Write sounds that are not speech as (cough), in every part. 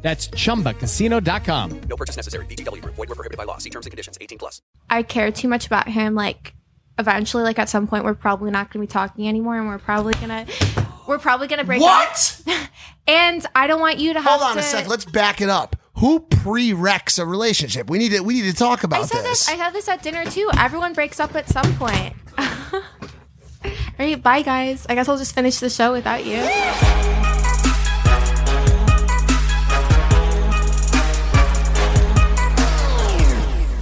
That's chumbacasino.com. No purchase necessary. VGW Group. Void were prohibited by law. See terms and conditions. 18 plus. I care too much about him. Like, eventually, like at some point, we're probably not going to be talking anymore, and we're probably gonna, we're probably gonna break up. What? (laughs) And I don't want you to have. Hold on to, a second. Let's back it up. Who prereqs a relationship? We need to. We need to talk about I said this. this. I said this at dinner too. Everyone breaks up at some point. (laughs) All right, bye guys. I guess I'll just finish the show without you.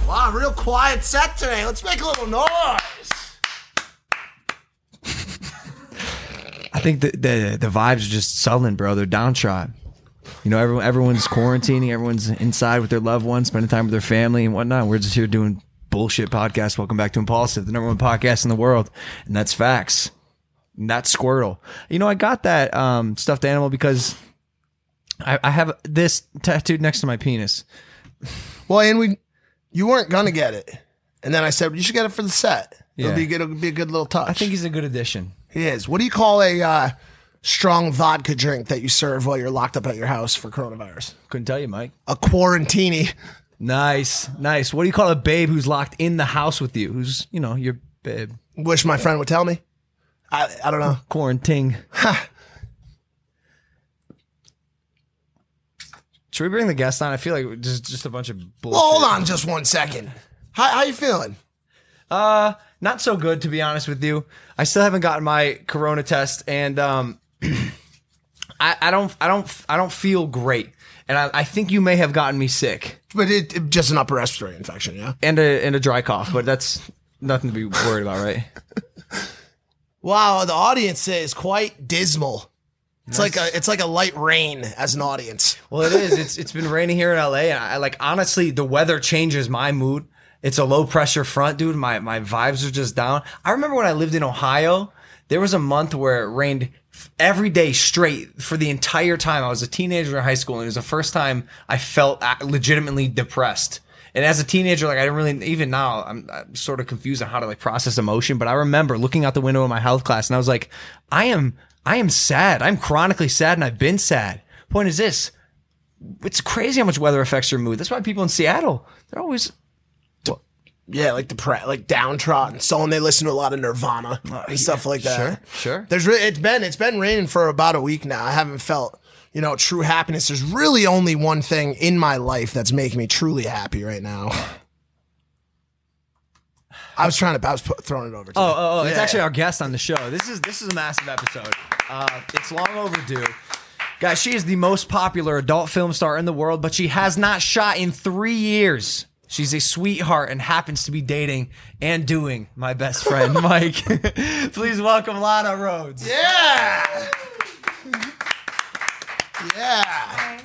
wow, real quiet set today. Let's make a little noise. I think the, the the vibes are just sullen, bro. They're downtrodden. You know, everyone everyone's quarantining, everyone's inside with their loved ones, spending time with their family and whatnot. We're just here doing bullshit podcasts. Welcome back to Impulsive, the number one podcast in the world, and that's facts. Not Squirtle. You know, I got that um, stuffed animal because I, I have this tattooed next to my penis. Well, and we, you weren't gonna get it, and then I said you should get it for the set. Yeah. It'll be good. It'll be a good little touch. I think he's a good addition. he is. What do you call a uh, strong vodka drink that you serve while you're locked up at your house for coronavirus? Couldn't tell you, Mike. A quarantini. Nice, nice. What do you call a babe who's locked in the house with you? Who's you know your babe Wish my friend would tell me. I I don't know. quarantine. Should we bring the guest on? I feel like just just a bunch of bullshit. Well, hold on just one second. How how you feeling? Uh, not so good to be honest with you. I still haven't gotten my corona test, and um, (clears throat) I, I don't I don't I don't feel great, and I, I think you may have gotten me sick But it, it- just an upper respiratory infection. Yeah. and a and a dry cough, but that's nothing to be worried about, right? Wow, the audience is quite dismal. It's like a it's like a light rain as an audience. Well, it is. It's it's been raining here in LA, and I like honestly, the weather changes my mood. It's a low pressure front, dude. My my vibes are just down. I remember when I lived in Ohio, there was a month where it rained f- every day straight for the entire time. I was a teenager in high school, and it was the first time I felt uh, legitimately depressed. And as a teenager, like I didn't really, even now, I'm, I'm sort of confused on how to like process emotion. But I remember looking out the window in my health class, and I was like, I am, I am sad. I'm chronically sad, and I've been sad. Point is this: it's crazy how much weather affects your mood. That's why people in Seattle, they're always Yeah, like the pre- like downtrodden. So and they listen to a lot of Nirvana and stuff like that. sure, sure. There's re- it's been it's been raining for about a week now. I haven't felt you know true happiness. There's really only one thing in my life that's making me truly happy right (sighs) now. I was trying to I was pu- throwing it over. To Oh, you. oh, oh it's Yeah. actually our guest on the show. This is this is a massive episode. Uh, it's long overdue. Guys, she is the most popular adult film star in the world, but she has not shot in three years. She's a sweetheart and happens to be dating and doing my best (laughs) friend, Mike. Please welcome Lana Rhodes. yeah, (laughs) yeah.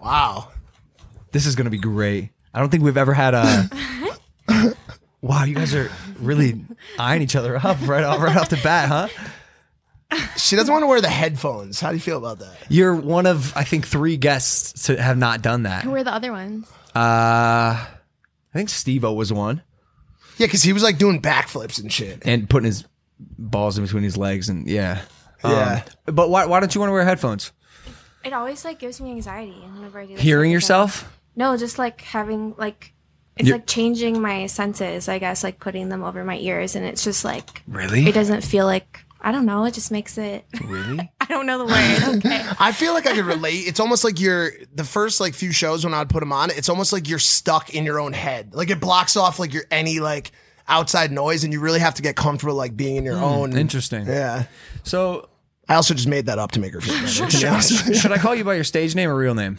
Wow. This is going to be great. I don't think we've ever had a. wow, you guys are really eyeing each other up right off, right off the bat, huh? She doesn't want to wear the headphones. How do you feel about that? You're one of I think three guests to have not done that. Who are the other ones? Uh I think Steve-O was one Yeah, because he was like doing backflips and shit. and putting his balls in between his legs and yeah. Um, Yeah. but why why don't you want to wear headphones? It always like gives me anxiety whenever I do. this Hearing type of stuff. yourself? No, just like having like it's You- like changing my senses, I guess, like putting them over my ears and it's just like Really? it doesn't feel like I don't know, it just makes it (laughs) Really? I don't know the word. Okay. (laughs) I feel like I could relate. It's almost like you're the first like few shows when I'd put them on. It's almost like you're stuck in your own head. Like it blocks off like your any like outside noise, and you really have to get comfortable like being in your Mm-hmm. own. Interesting. Yeah. So I also just made that up to make her feel better. to be honest. (laughs) should I call you by your stage name or real name?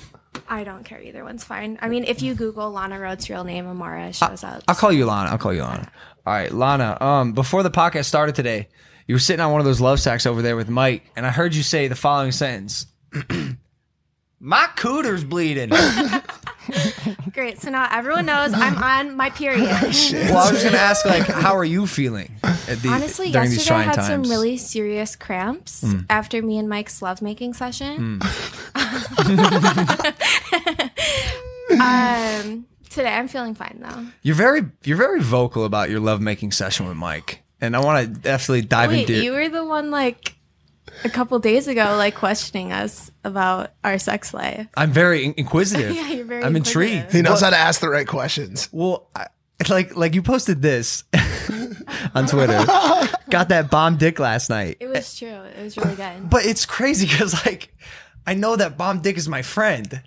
I don't care either one's fine. I mean, if you Google Lana Rhodes' real name, Uh, Amara shows up. I'll call you Lana. I'll call you Lana. All right, Lana. Um, before the podcast started today, you were sitting on one of those love sacks over there with Mike, and I (laughs) (clears throat) heard you say the following sentence: "My cooter's bleeding." Great. So now everyone knows I'm on my (laughs) period. Well, I was just gonna ask, like, how are you feeling? At the, Honestly, during these yesterday I trying had some times? Hmm. really serious cramps after me and Mike's lovemaking session. Hmm. (laughs) um, today I'm feeling fine though. You're very, you're very vocal about your lovemaking session with Mike, and I want to definitely dive Wait, into. you were the one like a couple days ago, like questioning us about our sex life. I'm very in- inquisitive. (laughs) Yeah, you're very I'm inquisitive. intrigued. He knows how to ask the right questions. Well, I, it's like, like you posted this (laughs) on Twitter. Got that bomb dick last night. It was true. It was really good. But it's crazy because like I know that Bomb Dick is my friend,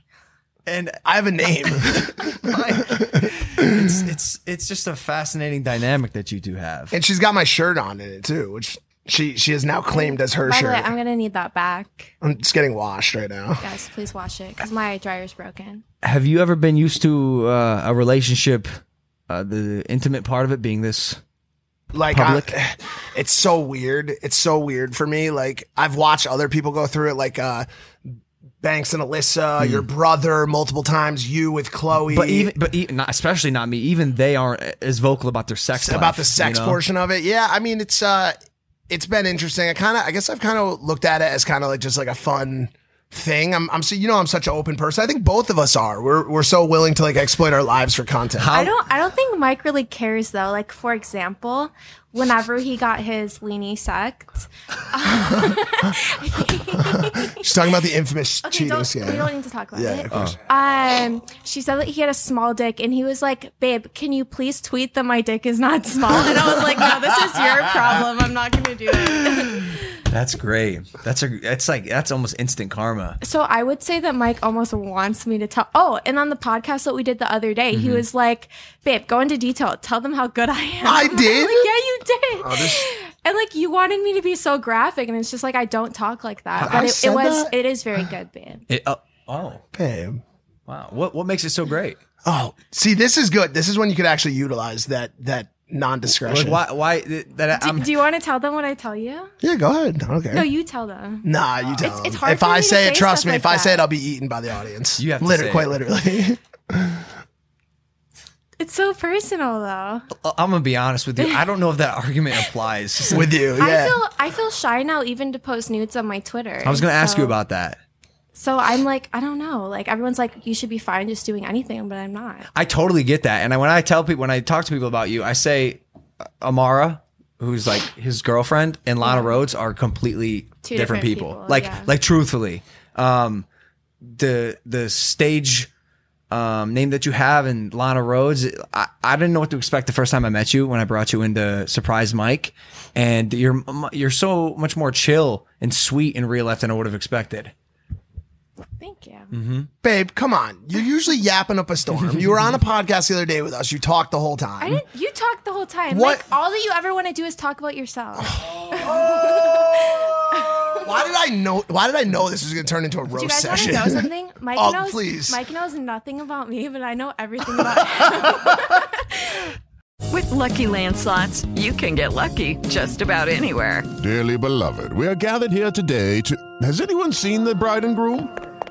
and I have a name. I, it's it's it's just a fascinating dynamic that you do have. and she's got my shirt on in it too, which she she has now claimed as her By the shirt. way, I'm gonna need that back. I'm just getting washed right now. Guys, please wash it because my dryer's broken. Have you ever been used to uh, a relationship, uh, the intimate part of it being this? like Public. I, (sighs) it's so weird it's so weird for me like i've watched other people go through it like uh banks and alyssa your brother multiple times you with chloe Hmm. But even but e not, especially not me. Even they aren't as vocal about their sex. about life, the sex you know? portion of it yeah i mean it's uh it's been interesting i kind of i guess i've kind of looked at it as kind of like just like a fun thing i'm i'm so you know i'm such an open person i think both of us are we're we're so willing to like exploit our lives for content How- I don't. I don't think Mike really cares though. Like for example, whenever he got his weenie sucked, she's talking about the infamous okay, don't, cheetos yeah we don't need to talk about yeah, it. of course. Um, she said that he had a small dick, and he was like, "Babe, can you please tweet that my dick is not small?" And I was like, "No, this is your problem. I'm not gonna do it." (laughs) That's great. That's a. That's like that's almost instant karma. So I would say that Mike almost wants me to tell. Oh, and on the podcast that we did the other day, he was like, "Babe, go into detail. Tell them how good I am." Mm-hmm. I (laughs) I'm like, did? Oh, yeah, you did. And like you wanted me to be so graphic, and it's just like I don't talk like that. But it, said it was. that? It is very good, babe. It, oh, oh Babe. wow. What what makes it so great? Oh, see, this is good. This is when you could actually utilize that that Like non-discretion. why why that Do, I'm do you want to tell them what I tell you? Yeah, go ahead. Okay. No, you tell them. nah, you tell. It's- them. it's hard if for I me to say it, say trust stuff me. like if I say that. it, I'll be eaten by the audience. You have to Liter- say quite it. literally. (laughs) It's so personal though. I'm gonna be honest with you. I don't know if that argument (laughs) applies. with you. Yeah. I feel I feel shy now even to post nudes on my Twitter. I was gonna ask you So- about that. So I'm like, I don't know. Like everyone's like, you should be fine just doing anything, but I'm not. I totally get that. And I, when I tell people, when I talk to people about you, I say uh, Amara, who's like his girlfriend, and Lana Rhodes are completely Two different different, people. people, Like, yeah. like truthfully, um, the the stage um, name that you have and Lana Rhodes, I, I didn't know what to expect the first time I met you when I brought you into Surprise Mike, and you're m- you're so much more chill and sweet in real life than I would have expected. Thank you. Mm-hmm. Babe, come on. You're usually yapping up a storm. You were (laughs) on a podcast the other day with us. You talked the whole I time. didn't. You talk the whole time. What- Like all that you ever want to do is talk about Oh, yourself. Why did I know? Why did I know this was going to turn into a Do you roast guys want to session? know (laughs) something? Mike Oh, knows. please. Mike knows nothing about me, but I know everything about him. With Lucky Land slots, you can get lucky just about anywhere. Dearly beloved, we are gathered here today to. Has anyone seen the bride and groom?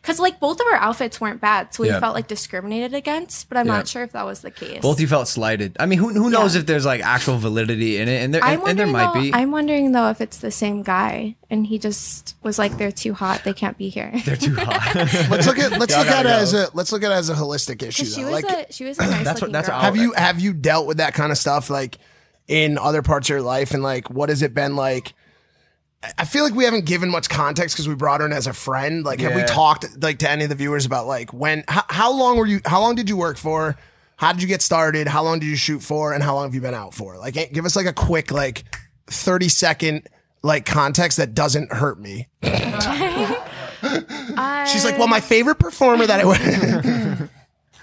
because like both of our outfits weren't bad, so we Yeah. felt like discriminated against. But I'm Yeah. not sure if that was the case. Both you felt slighted. I mean, who who knows Yeah. if there's like actual validity in it, and there I'm and, and there wondering might though, be. I'm wondering though if it's the same guy and he just was like they're too hot, they can't be here. They're too hot. Let's look at let's Y'all look at it gotta as go. a let's look at it as a holistic (laughs) issue. 'Cause she Though. was Like a she was a nice That's what- looking that's girl. what I have you have you dealt with that kind of stuff like in other parts of your life and like what has it been like I- I feel like we haven't given much context because we brought her in as a friend. Like, have we Yeah. talked like to any of the viewers about like when? How, how long were you? How long did you work for? How did you get started? How long did you shoot for? And how long have you been out for? Like, eh, give us like a quick, like, 30 second, like, context that doesn't hurt me. She's like, well, my favorite performer that I went.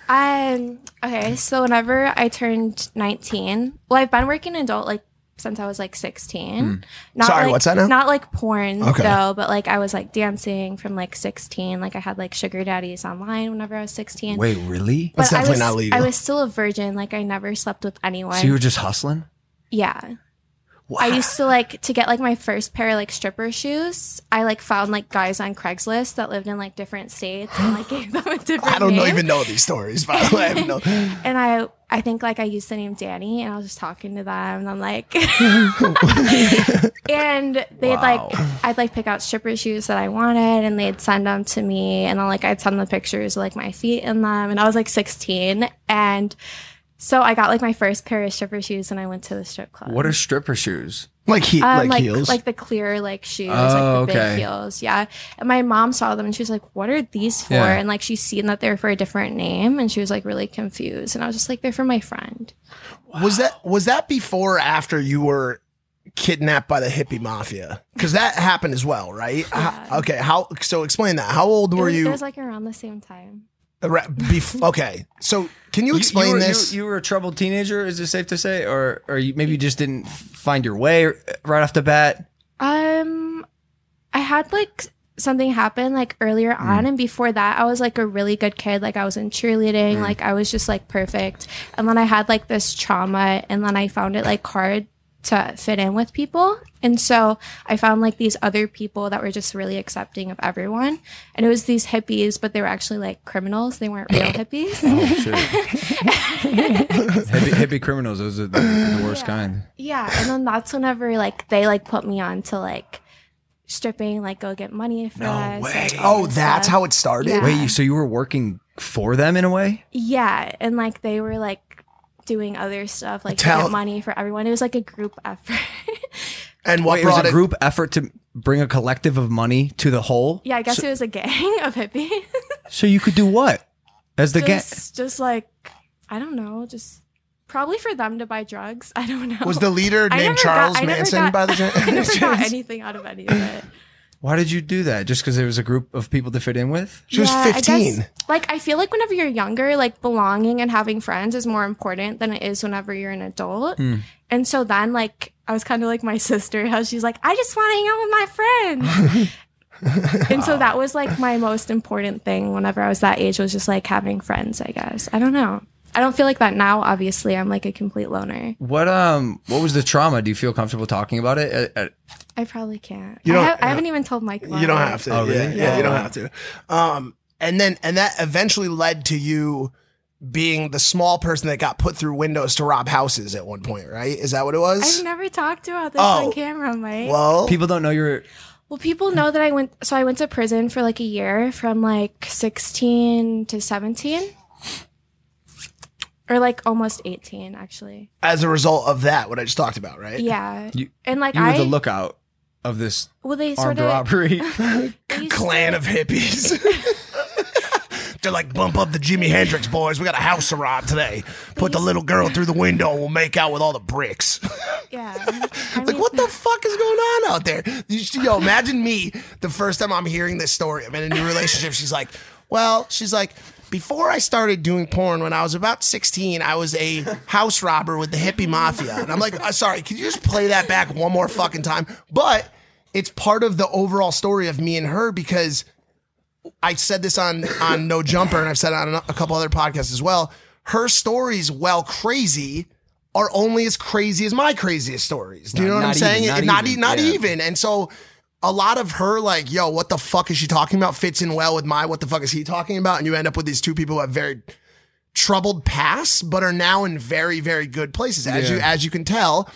Um. Okay. So whenever I turned nineteen, well, I've been working adult like since I was like sixteen. Hmm. Not Sorry, like- what's that now? Not like porn Okay. though, but like I was like dancing from like sixteen. Like I had like sugar daddies online whenever I was sixteen. Wait, really? But I was, I was still a virgin. Like I never slept with anyone. so you were just hustling? Yeah. I used to like to get like my first pair of like stripper shoes. I like found like guys on Craigslist that lived in like different states and like (laughs) gave them a different (laughs) I don't know, name. even know these stories, by the way. I have no- And I I think like I used the name Danny and I was just talking to them and I'm like (laughs) and they'd like I'd like pick out stripper shoes that I wanted and they'd send them to me and then like I'd send the pictures of like my feet in them and I was like 16 and so I got like my first pair of stripper shoes and I went to the strip club. What are stripper shoes? Like he Um, like like the clear like shoes, Oh, like the okay. big heels, yeah. And my mom saw them and she was like, "What are these for?" Yeah. And like she's seen that they're for a different name, and she was like really confused. And I was just like, "They're for my friend." Was that was that before or after you were kidnapped by the hippie mafia? Because that happened as well, right? Ho- okay, how? So explain that. How old It were was- you? It was like around the same time. Ra- bef- okay, so can you explain were, this? You, you were a troubled teenager, is it safe to say? Or or you, maybe you just didn't find your way right off the bat? Um, I had like something happen like earlier Hmm. on, and before that, I was like a really good kid. Like I was in cheerleading, Hmm. like I was just like perfect. And then I had like this trauma, and then I found it like hard to fit in with people. And so I found like these other people that were just really accepting of everyone. And it was these hippies, but they were actually like criminals. They weren't (laughs) real hippies. Oh. hippie, hippie criminals, those are the, the worst kind. Yeah, and then that's whenever like they like put me on to like stripping, like go get money for us. like, all Oh, this that's stuff. how it started. Yeah. Wait, you- so you were working for them in a way? Yeah, and like they were like doing other stuff, like to Tell- get money for everyone. It was like a group effort. (laughs) And what Wait, brought it was it- a group effort to bring a collective of money to the whole? yeah, I guess So, it was a gang of (laughs) hippies. so you could do what? As the gang. just, just like I don't know, just probably for them to buy drugs. (laughs) I don't know. Was the leader I named never got- Charles I never Manson, got- by the chance? (laughs) I never got anything out of any of it. Why did you do that? Just because there was a group of people to fit in with? Yeah, I guess, like I feel like whenever you're younger, like belonging and having friends is more important than it is whenever you're an adult. Hmm. And so then like I was kind of like my (laughs) sister how she's like I just want to hang out with my (laughs) friends. and so that was like my most important thing whenever I was that age was just like having friends, I guess. I don't know. I don't feel like that now obviously. I'm like a complete loner. What um what was the trauma? Do you feel comfortable talking about it? Uh, uh, I probably can't. You I, don't- have, I haven't even told Mike. You don't have to. Oh, really? Yeah, yeah, you don't Yeah. have to. Um, and then and that eventually led to you being the small person that got put through windows to rob houses at one point, right? Is that what it was? I've never talked about this Oh. on camera, Mike. Well, people don't know you're Well, people know that I went, so I went to prison for like a year from like 16 to 17. Or like almost 18, actually. as a result of that, what I just talked about, right? Yeah. You- and like, you were I, the lookout of this well, they sort armed of, (laughs) robbery. Clan of hippies. (laughs) They're like, bump up the Jimi Hendrix boys. We got a house to rob today. Put the little girl through the window. and We'll make out with all the bricks. (laughs) (laughs) yeah. like, what the fuck is going on out there? You should- Yo, imagine me the first time I'm hearing this story. I'm in a new relationship. She's like, well, she's like, before I started doing porn, when I was about 16, I was a house robber with the hippie mafia. And I'm like, uh, sorry, could you just play that back one more fucking time? But it's part of the overall story of me and her because I said this on on No Jumper, and I've said it on a couple other podcasts as well. Her stories, while crazy, are only as crazy as my craziest stories. Do you Not- know what I'm not saying? Not even, not not, e- even, not yeah. even. And so, a lot of her like, yo, what the fuck is she talking about? Fits in well with my what the fuck is he talking about? And you end up with these two people who have very troubled pasts, but are now in very very good places. As Yeah. you as you can tell,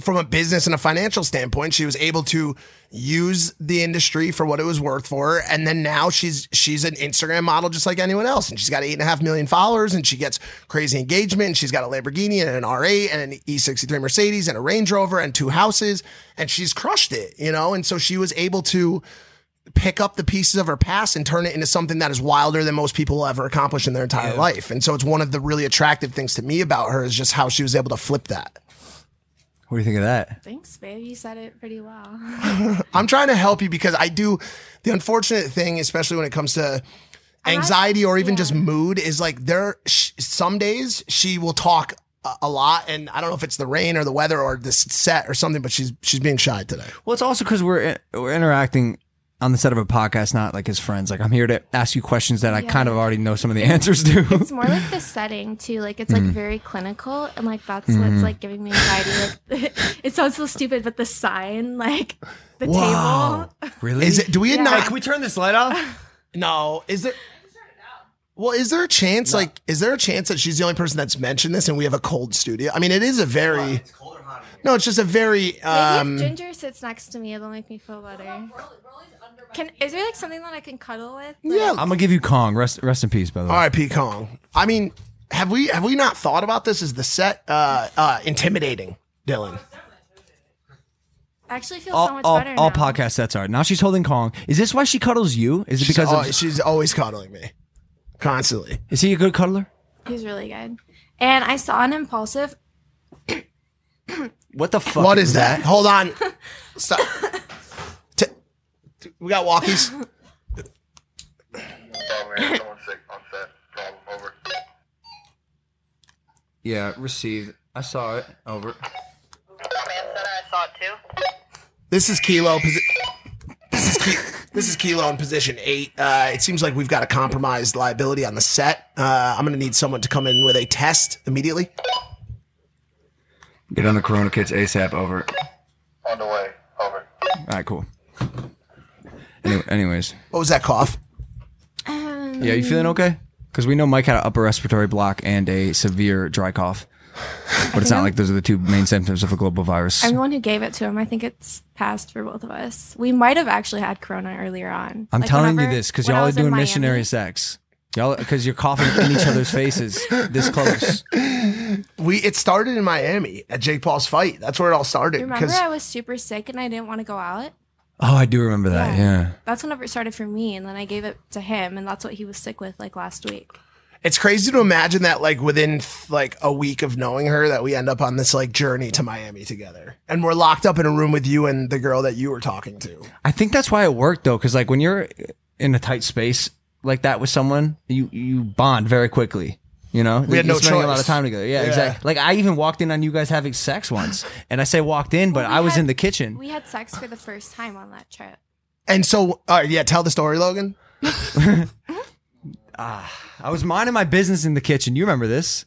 from a business and a financial standpoint, she was able to use the industry for what it was worth for her. And then now she's she's an Instagram model just like anyone else. And she's got eight and a half million followers and she gets crazy engagement. And she's got a Lamborghini and an R8 and an E63 Mercedes and a Range Rover and two houses. And she's crushed it, you know? And so she was able to pick up the pieces of her past and turn it into something that is wilder than most people will ever accomplish in their entire life. And so it's one of the really attractive things to me about her is just how she was able to flip that. What do you think of that? Thanks, babe. You said it pretty well. I'm trying to help you because I do the unfortunate thing, especially when it comes to anxiety or even just mood, is like there. Sh- some days she will talk a, a lot, and I don't know if it's the rain or the weather or this set or something, but she's she's being shy today. Well, it's also because we're we're interacting on the set of a podcast, not like as friends. Like I'm here to ask you questions that I Yeah. kind of already know some of the (laughs) answers to. it's more like the setting too. Like it's like Mm. very clinical, and like that's Mhm. what's like giving me anxiety. (laughs) Like, it sounds so stupid, but the sign, like the table. really? Is it? Do we Yeah. not? Can we turn this light off? No. Is there? Well, is there a chance? Like, is there a chance that she's the only person that's mentioned this, and we have a cold studio? I mean, it is a very. No, it's just a very. Um, Maybe if Ginger sits next to me, it'll make me feel better. Can is there like something that I can cuddle with? yeah, I'm gonna give you Kong. Rest rest in peace, by the way. R.I.P. Kong. I mean, have we have we not thought about this? Is the set uh, uh, intimidating, Dylan? I actually feel so All, much all, better all now. podcast sets are. Now she's holding Kong. Is this why she cuddles you? Is it She's because al- of, she's always cuddling me, constantly. is he a good cuddler? He's really good. And I saw an impulsive. (clears throat) What the fuck? what is that? Hold on. Stop. T- t- we got walkies. Yeah, received. I saw it. Over. This is Kilo. Posi- this is Ki- this is Kilo in position eight. Uh, it seems like we've got a compromised liability on the set. Uh, I'm going to need someone to come in with a test immediately. Get on the Corona Kids ASAP. Over. All right, cool. Anyway, anyways, What was that cough? yeah, you feeling okay? Because we know Mike had an upper respiratory block and a severe dry cough, but it's not like those are the two main symptoms of a global virus. I'm the one who gave it to him. I think it's passed for both of us. We might have actually had Corona earlier on. I'm Like, telling whenever- you this because when I y'all are was in doing Miami. missionary sex. Y'all, because you're coughing in each other's faces this close. We it started in Miami at Jake Paul's fight. That's where it all started. Remember, 'cause- I was super sick and I didn't want to go out. Oh, I do remember that. Yeah. That's whenever it started for me, and then I gave it to him, and that's what he was sick with like last week. It's crazy to imagine that like within like a week of knowing her that we end up on this like journey to Miami together. And we're locked up in a room with you and the girl that you were talking to. I think that's why it worked though, because like when you're in a tight space like that with someone, you you bond very quickly. You know, We had You're no spending a lot choice. of time together. Yeah, Yeah. exactly. Like I even walked in on you guys having sex once, and I say walked in, but Well, we I was had- in the kitchen. We had sex for the first time on that trip. And so all right, yeah, tell the story, Logan. I was minding my business in the kitchen. You remember this?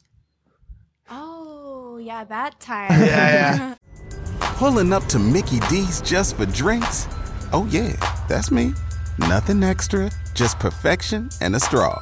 Oh yeah, that (laughs) time. Yeah, Pulling up to Mickey D's just for drinks? Oh, yeah, that's me. Nothing extra, just perfection and a straw.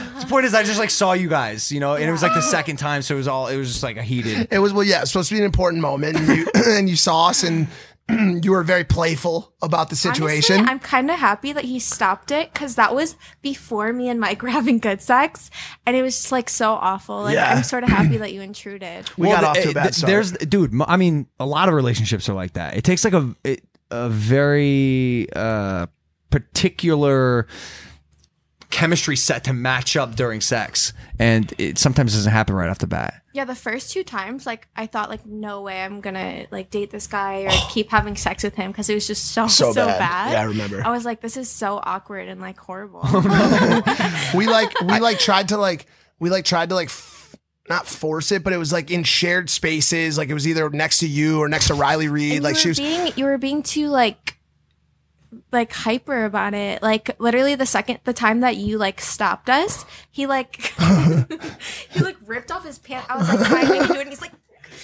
(laughs) the point is, I just like saw you guys, you know, and it was like the second time, so it was all it was just like a heated. It was well, yeah, it's supposed to be an important moment (laughs) and you and you saw us and (clears throat) you were very playful about the situation. Honestly, I'm kind of happy that he stopped it because that was before me and Mike were (laughs) having good sex, and it was just like so awful. Like Yeah. I'm (clears throat) sort of happy that you intruded. We got off to a eh, it- bad eh, th- start. There's, dude. m- I mean, a lot of relationships are like that. It takes like a it- a very uh, particular chemistry set to match up during sex, and it sometimes doesn't happen right off the bat. Yeah, the first two times, like I thought, like no way I'm gonna like date this (sighs) guy or keep having sex with him because it was just so (laughs) So so, bad. bad. Yeah, I remember. I was like, this is so awkward and like horrible. (laughs) (laughs) we like (laughs) we like tried to like we like tried to like f- not force it, but it was like in shared spaces. Like it was either next to you or next to Riley Reed. And Like you she were was being you were being too like like hyper about it like literally the second the time that you like stopped us he like (laughs) he like ripped off his pants i was like trying to do it and he's like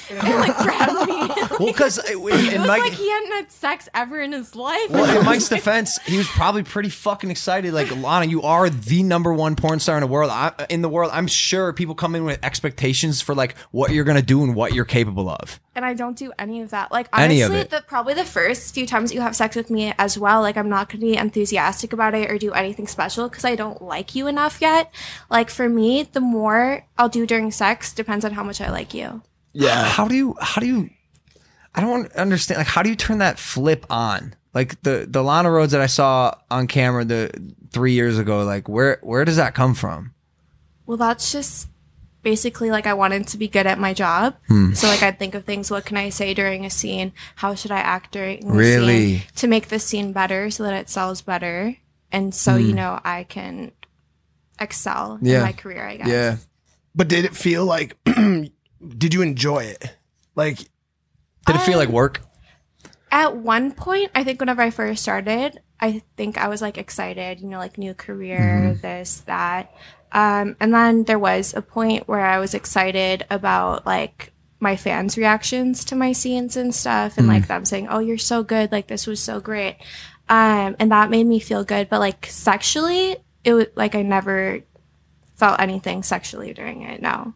and like grabbed me Well, uh, because (laughs) it was like he hadn't had sex ever in his life. Well, in Mike's defense, he was probably pretty fucking excited. Like Lana, you are the number one porn star in the world. I, in the world, I'm sure people come in with expectations for like what you're gonna do and what you're capable of. and I don't do any of that. Like Any honestly, of it. the probably the first few times you have sex with me as well, like I'm not going to be enthusiastic about it or do anything special cuz I don't like you enough yet. Like for me, the more I'll do during sex depends on how much I like you. Yeah. How do you? How do you? I don't understand. Like, how do you turn that flip on? Like the the Lana Rhodes that I saw on camera the three years ago. Like, where where does that come from? Well, that's just basically like I wanted to be good at my job. Hmm. So like I'd think of things, what can I say during a scene? How should I act during the Really? scene to make this scene better so that it sells better and so you Hmm. know I can excel Yeah. in my career, I guess. But did it feel like? (clears throat) did you enjoy it? Like, did it feel like work? At one point, I think whenever I first started, I think I was like excited, you know, like new career, this, that. Um, and then there was a point where I was excited about like my fans' reactions to my scenes and stuff, and like them saying, "Oh, you're so good! Like this was so great," um, and that made me feel good. But like sexually, it was like I never felt anything sexually during it. No.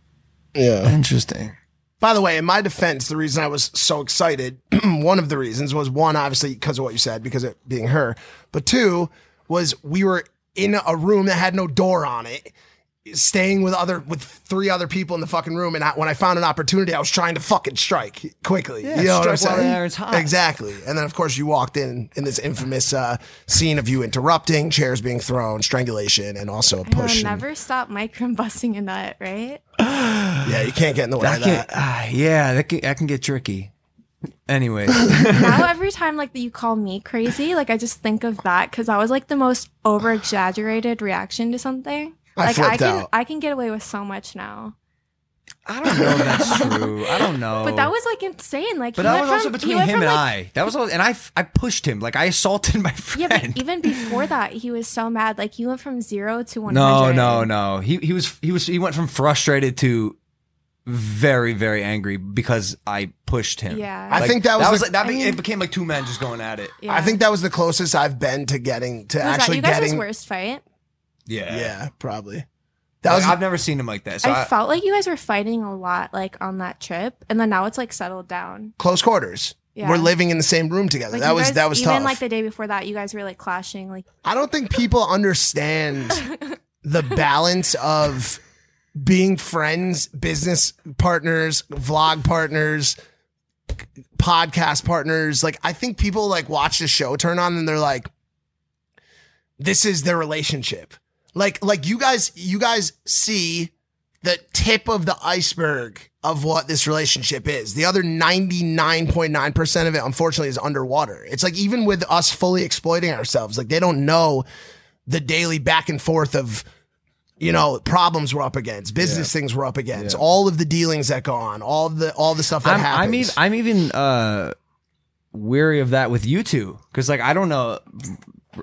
Yeah. Interesting. By the way, in my defense, the reason I was so excited, (clears throat) one of the reasons was one, obviously, because of what you said, because it being her. But two, was we were in a room that had no door on it, staying with other with three other people in the fucking room. And I, when I found an opportunity, I was trying to fucking strike quickly. Yeah, you know what I'm strike while saying? the iron's hot. Exactly. And then, of course, you walked in in this infamous uh, scene of you interrupting, chairs being thrown, strangulation, and also a I know, push. and- never stop mic (laughs) from busting a nut, right? yeah, you can't get in the way That of can, that. ah, yeah, that can, that can get tricky. (laughs) Anyways, now every time like that you call me crazy, like I just think of that because that was like the most over exaggerated reaction to something. I like I flipped can out. I can get away with so much now. no, that's true. I don't know. But that was like insane. Like he Oh. But that went was also from- he between went him from, and like- I. That was all, and I f- I pushed him like I assaulted (laughs) my Yeah, friend. but even before that, he was so mad. Like you went from zero to one no, hundred. no, no. He he was he was he went from frustrated to very very angry because I pushed him. Yeah. I think that was the- like, that I be- mean- it became like two men just going at it. I think that was the closest I've been to getting to Was that actually you guys' getting. worst fight? yeah, yeah, probably. That That like, was- I've never seen him like that. So I I, felt like you guys were fighting a lot, like on that trip, and then now it's like settled down. Close quarters. Yeah. We're living in the same room together. Like, that you was guys- that was even tough. like the day before that, you guys were like clashing. Like I don't think people (laughs) understand the balance of being friends, business partners, vlog partners, podcast partners. Like I think people like watch the show turn on and they're like, this is their relationship. Like like you guys you guys see the tip of the iceberg of what this relationship is. The other 99.9% of it unfortunately is underwater. It's like even with us fully exploiting ourselves, like they don't know the daily back and forth of you know problems we're up against, business things we're up against, all of the dealings that go on, all the all the stuff that I'm, happens. I'm even I'm even uh, weary of that with you two because like I don't know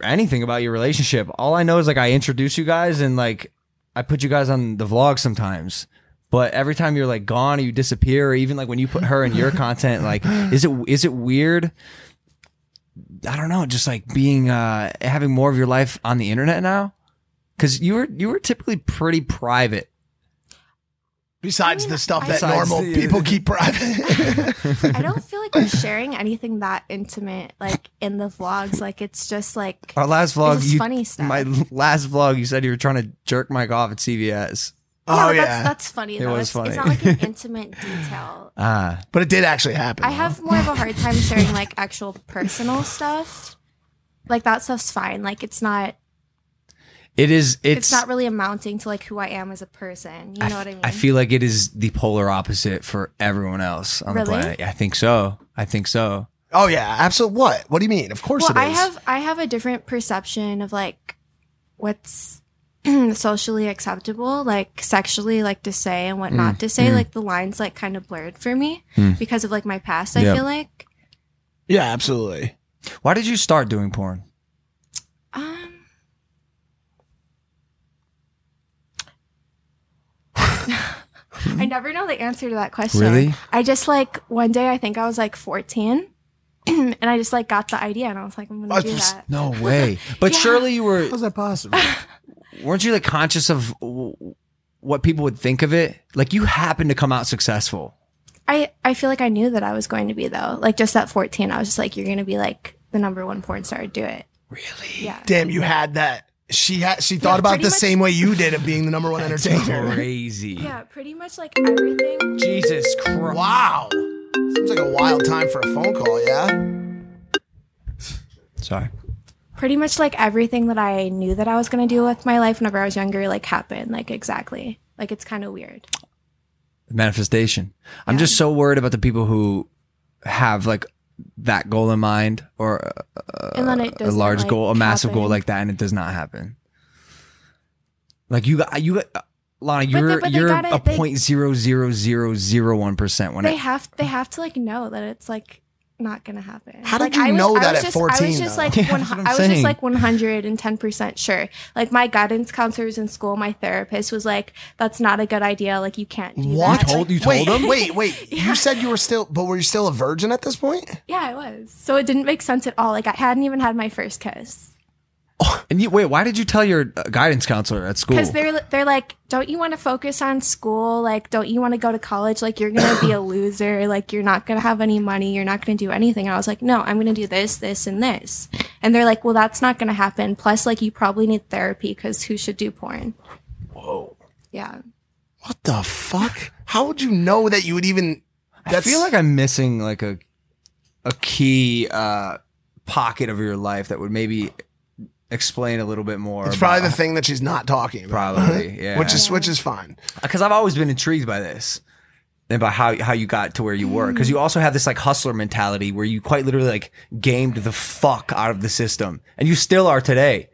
anything about your relationship. All I know is like I introduce you guys and like I put you guys on the vlog sometimes. But every time you're like gone or you disappear, or even like when you put her in your content, like is it is it weird? I don't know, just like being uh having more of your life on the internet now. Cause you were you were typically pretty private. Besides the stuff that Besides normal the- people keep private. (laughs) I don't feel like we're sharing anything that intimate, like in the vlogs. Like it's just like Our last it's vlog, just you, funny stuff. my last vlog, you said you were trying to jerk Mike off at CVS. yeah, but that's, that's funny. oh, It Though. was it's, funny. it's not like an (laughs) intimate detail. ah, but it did actually happen. I have more of a hard (laughs) time sharing like actual personal stuff. Like that stuff's fine. Like it's not. It is. It's, It's, not really amounting to like who I am as a person. You know what I mean? I feel like it is the polar opposite for everyone else on Really? the planet. I think so. I think so. Oh yeah, absolutely. What? What do you mean? Of course well, it is. I have I have a different perception of like what's (clears throat) socially acceptable, like sexually, like to say and what Mm, not to say. mm. Hmm. Like the lines like kind of blurred for me Mm. because of like my past. Yeah. I feel like Yeah, absolutely. Why did you start doing porn? um, (laughs) I never know the answer to that question. Really? Hmm. I just like one day I think I was like fourteen. (clears throat) and I just like got the idea and I was like, I'm gonna do that. No (laughs) way. But Yeah. surely you were. How's that possible? (laughs) Weren't you like conscious of w- what people would think of it? Like you happened to come out successful. I, I feel like I knew that I was going to be though. Like just at 14, I was just like, you're gonna be like the number one porn star. Do it. Damn, you had that. She had. She thought about it pretty the much- same way you did of being the number one entertainer. Crazy. Yeah, pretty much like everything. Jesus Christ. Wow. Seems like a wild time for a phone call. Yeah. Sorry. Pretty much like everything that I knew that I was gonna do with my life whenever I was younger, like happened. Like exactly. Like it's kind of weird. Manifestation. I'm just so worried about the people who have like that goal in mind or uh, And then it a doesn't, large like, goal, a massive goal happen. like that, and it does not happen. Like you got you got Lana, they- you're but they you're gotta- a they- point zero zero zero zero one percent when they it have they have to like know that it's like not gonna happen. How did Like, you I was- know I that was at just- 14, I was just though? like (laughs) Yeah, one, that's what I'm I was just saying. like one hundred and ten percent sure. Like my guidance counselors in school, my therapist was like, "That's not a good idea. Like you can't do that." wait, (laughs) Wait, wait. You said you were still, but were you still a virgin at this point? Yeah, I was. So it didn't make sense at all. Like I hadn't even had my first kiss And you, wait, why did you tell your uh, guidance counselor at school? because they're they're like, don't you want to focus on school? Like, don't you want to go to college? Like you're gonna be a loser. Like you're not gonna have any money. You're not gonna do anything. I was like, no, I'm gonna do this, this, and this. And they're like, well, that's not gonna happen. Plus, like you probably need therapy because who should do porn? Whoa. Yeah. What the fuck? How would you know that you would even? I feel like I'm missing like a a key uh, pocket of your life that would maybe explain a little bit more. It's probably the thing that she's not talking about. Probably, (laughs) yeah. which is which is fine. because I've always been intrigued by this and by how how you got to where you were. Because you also have this like hustler mentality where you quite literally like gamed the fuck out of the system, and you still are today.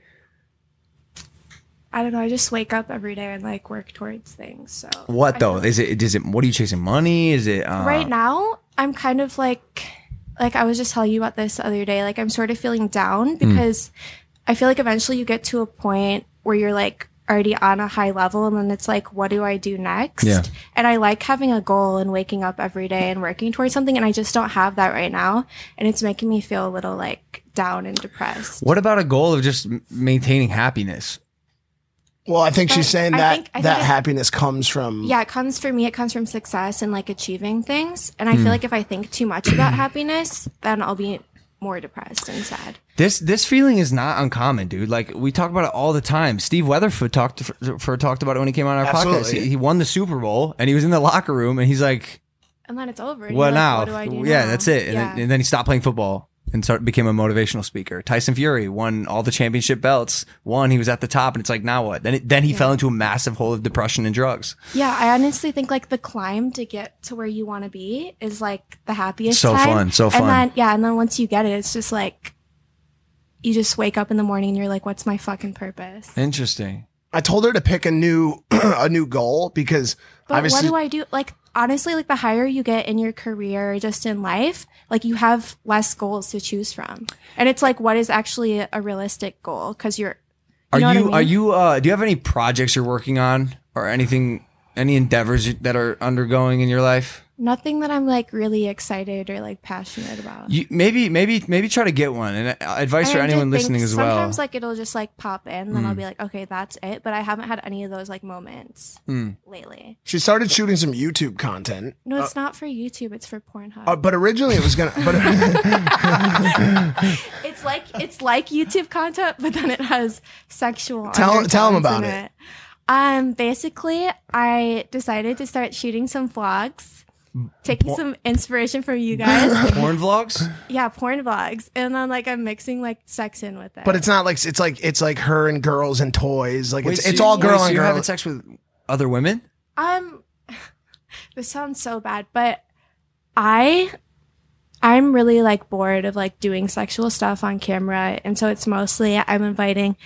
I don't know. I just wake up every day and like work towards things. So What I though? Is it? Is it? What are you chasing? Money? Is it? Uh, right now i'm kind of like like i was just telling you about this the other day like i'm sort of feeling down Mm. because i feel like eventually you get to a point where you're like already on a high level and then it's like what do i do next Yeah. and i like having a goal and waking up every day and working towards something and i just don't have that right now and it's making me feel a little like down and depressed What about a goal of just m- maintaining happiness? Well, I think But she's saying I that think- I think that it- happiness comes from. yeah it comes for me it comes from success and like achieving things and i Mm. feel like if i think too much about happiness then i'll be more depressed and sad This this feeling is not uncommon, dude. Like we talk about it all the time. Steve Weatherford talked for talked about it when he came on our podcast. Absolutely. He, he won the Super Bowl and he was in the locker room and he's like, and then it's over. and "What you're now? Like, what do I do yeah, now?" that's it." And, Yeah. then, and then he stopped playing football and start, became a motivational speaker. Tyson Fury won all the championship belts. Won, he was at the top, and it's like, now what? Then it, then he fell into a massive hole of depression and drugs. yeah, I honestly think like the climb to get to where you want to be is like the happiest. So time. fun, so fun. And then yeah, and then once you get it, it's just like you just wake up in the morning and you're like, "What's my fucking purpose?" Interesting. I told her to pick a new (clears throat) a new goal because But obviously what do I do? Like honestly, like the higher you get in your career, or just in life, like you have less goals to choose from, and it's like, what is actually a realistic goal? Because you're Are you, know what I are mean? you uh, do you have any projects you're working on or anything any endeavors that are undergoing in your life? nothing that I'm like really excited or like passionate about. You, maybe, maybe, maybe try to get one. And uh, advice for I do anyone think listening as well. Sometimes like it'll just like pop in, then I'll Mm. be like, okay, that's it. But I haven't had any of those like moments Mm. lately. she started shooting some YouTube content. No, it's not for YouTube. It's for Pornhub. Uh, but originally it was gonna. But it's like it's like YouTube content, but then it has sexual. Tell- tell undertones 'em in about it. Um, basically, I decided to start shooting some vlogs, taking por- some inspiration from you (laughs) guys. Porn vlogs. yeah, porn vlogs, and then like I'm mixing like sex in with it. (laughs) but it's not like it's like it's like her and girls and toys. Like Wait, it's so it's you- all wait, girl so and you're girl. having sex with other women. Um, (laughs) this sounds so bad, but I, I'm really like bored of like doing sexual stuff on camera, and so it's mostly I'm inviting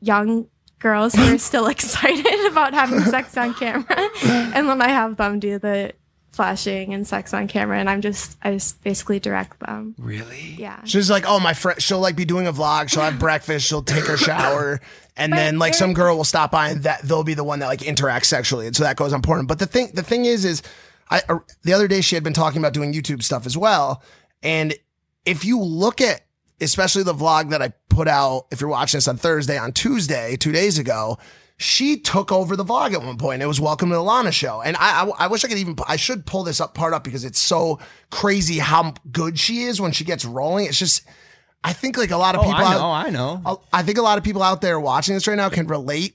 young girls who are still excited (laughs) about having sex on camera, (laughs) and then I have them do the flashing and sex on camera, and I'm just I just basically direct them. Really? Yeah. She's like, oh my friend. She'll like be doing a vlog. (laughs) She'll have breakfast. She'll take her shower, and then like some girl will stop by, and that they'll be the one that like interacts sexually, and so that goes on porn. But the thing, the thing is, is I uh, the other day she had been talking about doing YouTube stuff as well, and if you look at especially the vlog that I put out, if you're watching this on Thursday, on Tuesday, two days ago, she took over the vlog at one point. It was Welcome to the Lana Show, and I, I I wish I could even I should pull this up part up because it's so crazy how good she is when she gets rolling. It's just. I think like a lot of Oh, people. I out- know, I know. a- I think a lot of people out there watching this right now can relate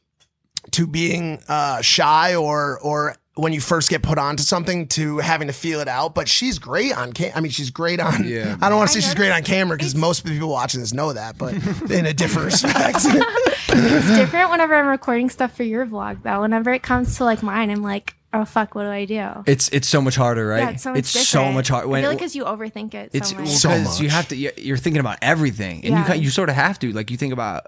to being uh, shy or or when you first get put onto something to having to feel it out. But she's great on cam. I mean, she's great on. Yeah. I don't want to say she's great on camera because most people watching this know that, but in a different (laughs) respect. it's different whenever I'm recording stuff for your vlog, though. Whenever it comes to like mine, I'm like, oh fuck, what do I do? It's it's so much harder, right? Yeah, it's so much so much harder. I feel like because you overthink it. it's so much. because you have to. you- You're thinking about everything, and Yeah. you kind you sort of have to. Like you think about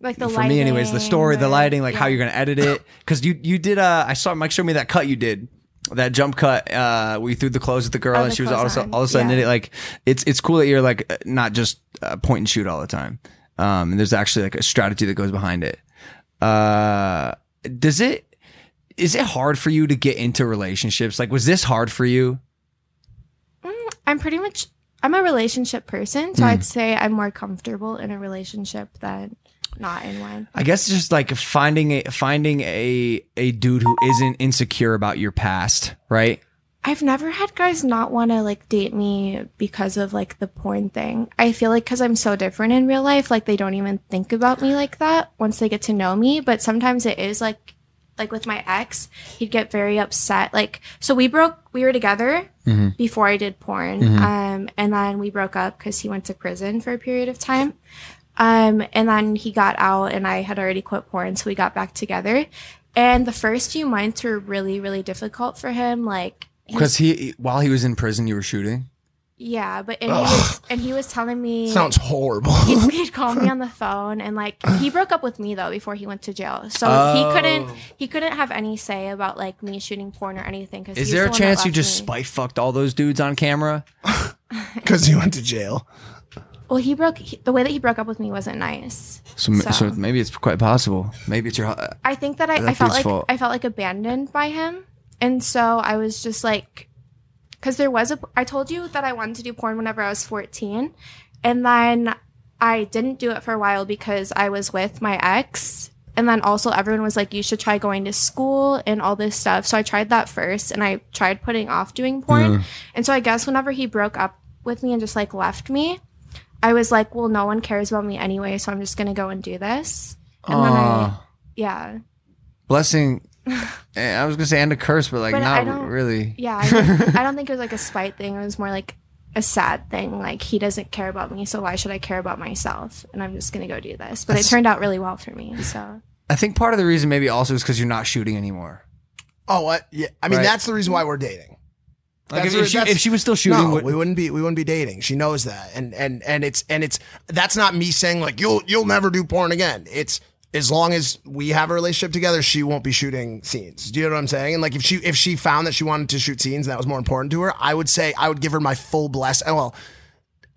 like for the me, anyways, the lighting, story, the lighting, like how you're gonna (laughs) edit it. Because you you did. Uh, I saw Mike showed me that cut you did. That jump cut uh, where you threw the clothes at the girl Oh, and the she was all, clothes of a- on. all of a sudden Yeah. in it, like it's it's cool that you're like uh, not just uh, point and shoot all the time. Um, and there's actually like a strategy that goes behind it. Uh, does it is it hard for you to get into relationships? Like, was this hard for you? I'm pretty much I'm a relationship person, so Hmm. I'd say I'm more comfortable in a relationship than not in one. I guess just like finding a finding a a dude who isn't insecure about your past, right? I've never had guys not want to like date me because of like the porn thing. I feel like because I'm so different in real life, like they don't even think about me like that once they get to know me. But sometimes it is like, like with my ex, he'd get very upset. Like, so we broke, we were together Mhm. before I did porn. Mhm. Um, and then we broke up because he went to prison for a period of time. Um, and then he got out and I had already quit porn. So we got back together. And the first few months were really, really difficult for him. Like, he was Because he while he was in prison, you were shooting. yeah, but and he, Ugh. was, and he was telling (laughs) me Sounds horrible. (laughs) He'd, he'd call me on the phone and like (laughs) he broke up with me though before he went to jail, so Oh. he couldn't he couldn't have any say about like me shooting porn or anything. Cause Is he's there the a one that chance you left just me. spite fucked all those dudes on camera? Because he went to jail. Well, he broke he, the way that he broke up with me wasn't nice. So, m- so maybe it's quite possible. Maybe it's your. Uh, I think that I, That I felt dude's like fault. I felt like abandoned by him, and so I was just like, because there was a. I told you that I wanted to do porn whenever I was fourteen, and then I didn't do it for a while because I was with my ex, and then also everyone was like, you should try going to school and all this stuff. So I tried that first, and I tried putting off doing porn, Yeah. and so I guess whenever he broke up with me and just like left me. I was like, well, no one cares about me anyway, so I'm just gonna go and do this. And then I, Aw. yeah. blessing. (laughs) Eh, I was gonna say and a curse, but like But I not don't- really. Yeah, I don't, I don't think it was like a spite thing. It was more like a sad thing. Like he doesn't care about me, so why should I care about myself? And I'm just gonna go do this. But That's- it turned out really well for me. So I think part of the reason maybe also is because you're not shooting anymore. Oh, what? Yeah, I mean Right. that's the reason why we're dating. Like, That's if- if the- she- that's- if she was still shooting, no, would- we wouldn't be we wouldn't be dating. She knows that, and and and it's and it's that's not me saying like you'll you'll never do porn again. It's as long as we have a relationship together, she won't be shooting scenes. Do you know what I'm saying? And like if she if she found that she wanted to shoot scenes and that was more important to her, I would say I would give her my full bless. and, Well,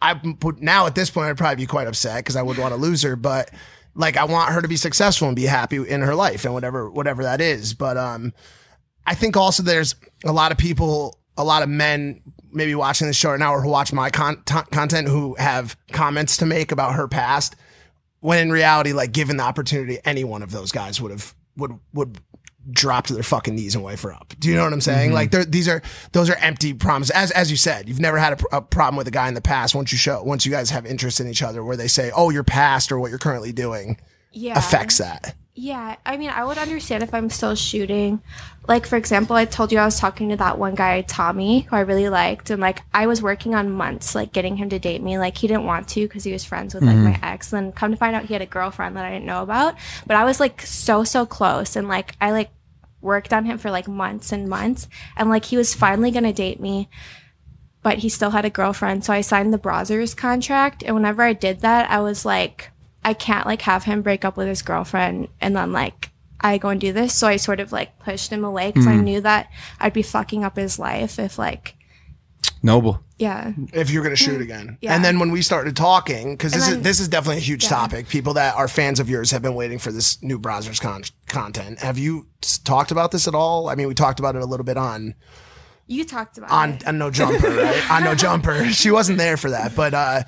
I would now at this point I'd probably be quite upset because I would want to lose her, but like I want her to be successful and be happy in her life and whatever whatever that is. But um, I think also there's a lot of people, a lot of men maybe watching this show right now or who watch my con- t- content who have comments to make about her past. When in reality, like given the opportunity, any one of those guys would have would would drop to their fucking knees and wife her up. Do you know what I'm saying? Mhm. Like they're- these are those are empty promises. As as you said, you've never had a, pr- a problem with a guy in the past. Once you show, once you guys have interest in each other, where they say, "Oh, your past or what you're currently doing yeah, affects that." Yeah, I mean, I would understand if I'm still shooting. Like, for example, I told you I was talking to that one guy, Tommy, who I really liked. And, like, I was working on months, like, getting him to date me. Like, he didn't want to because he was friends with, like, Mhm. my ex. And then come to find out he had a girlfriend that I didn't know about. But I was, like, so, so close. And, like, I, like, worked on him for, like, months and months. And, like, he was finally going to date me but he still had a girlfriend. So I signed the Brazzers contract. And whenever I did that, I was like, I can't like have him break up with his girlfriend and then like I go and do this. So I sort of like pushed him away because I Mhm. knew that I'd be fucking up his life if like, Noble. yeah. if you're going to shoot again. Mm, Yeah. And then when we started talking, because And this then- is this is definitely a huge topic. People that are fans of yours have been waiting for this new browsers con- content. Have you s- talked about this at all? I mean, we talked about it a little bit on You talked about on, it. on no jumper, right? on no jumper. (laughs) She wasn't there for that, but uh,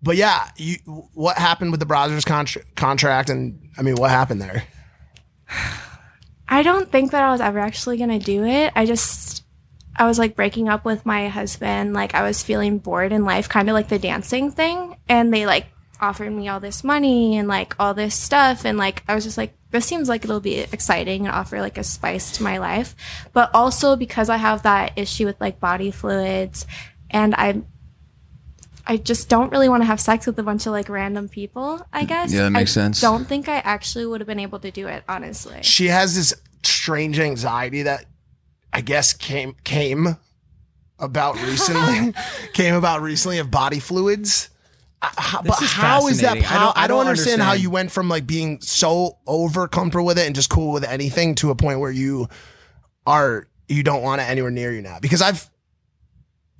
but yeah, you, what happened with the Brazzers contra- contract? And I mean, what happened there? I don't think that I was ever actually gonna do it. I just I was like breaking up with my husband. Like I was feeling bored in life, kind of like the dancing thing. And they like offered me all this money and like all this stuff. And like I was just like, this seems like it'll be exciting and offer like a spice to my life. But also because I have that issue with like body fluids, and I I just don't really want to have sex with a bunch of like random people. I guess. Mm, Yeah, that makes I sense. Don't think I actually would have been able to do it honestly. She has this strange anxiety that I guess came came (laughs) about recently. came about recently of body fluids. Uh, how- This but is how is that? fascinating. I How, I don't- don't, I don't understand, how understand. you went from like being so over comfortable with it and just cool with anything to a point where you are you don't want it anywhere near you now. Because I've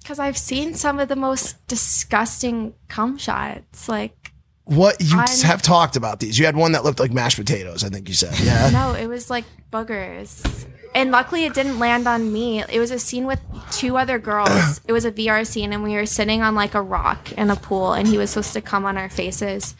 Because I've seen some of the most disgusting cum shots. Like, what you I'm- have talked about these. You had one that looked like mashed potatoes. I think you said yeah. (laughs) no, it was like boogers. And luckily, it didn't land on me. It was a scene with two other girls. It was a VR scene, and we were sitting on like a rock in a pool, and he was supposed to come on our faces.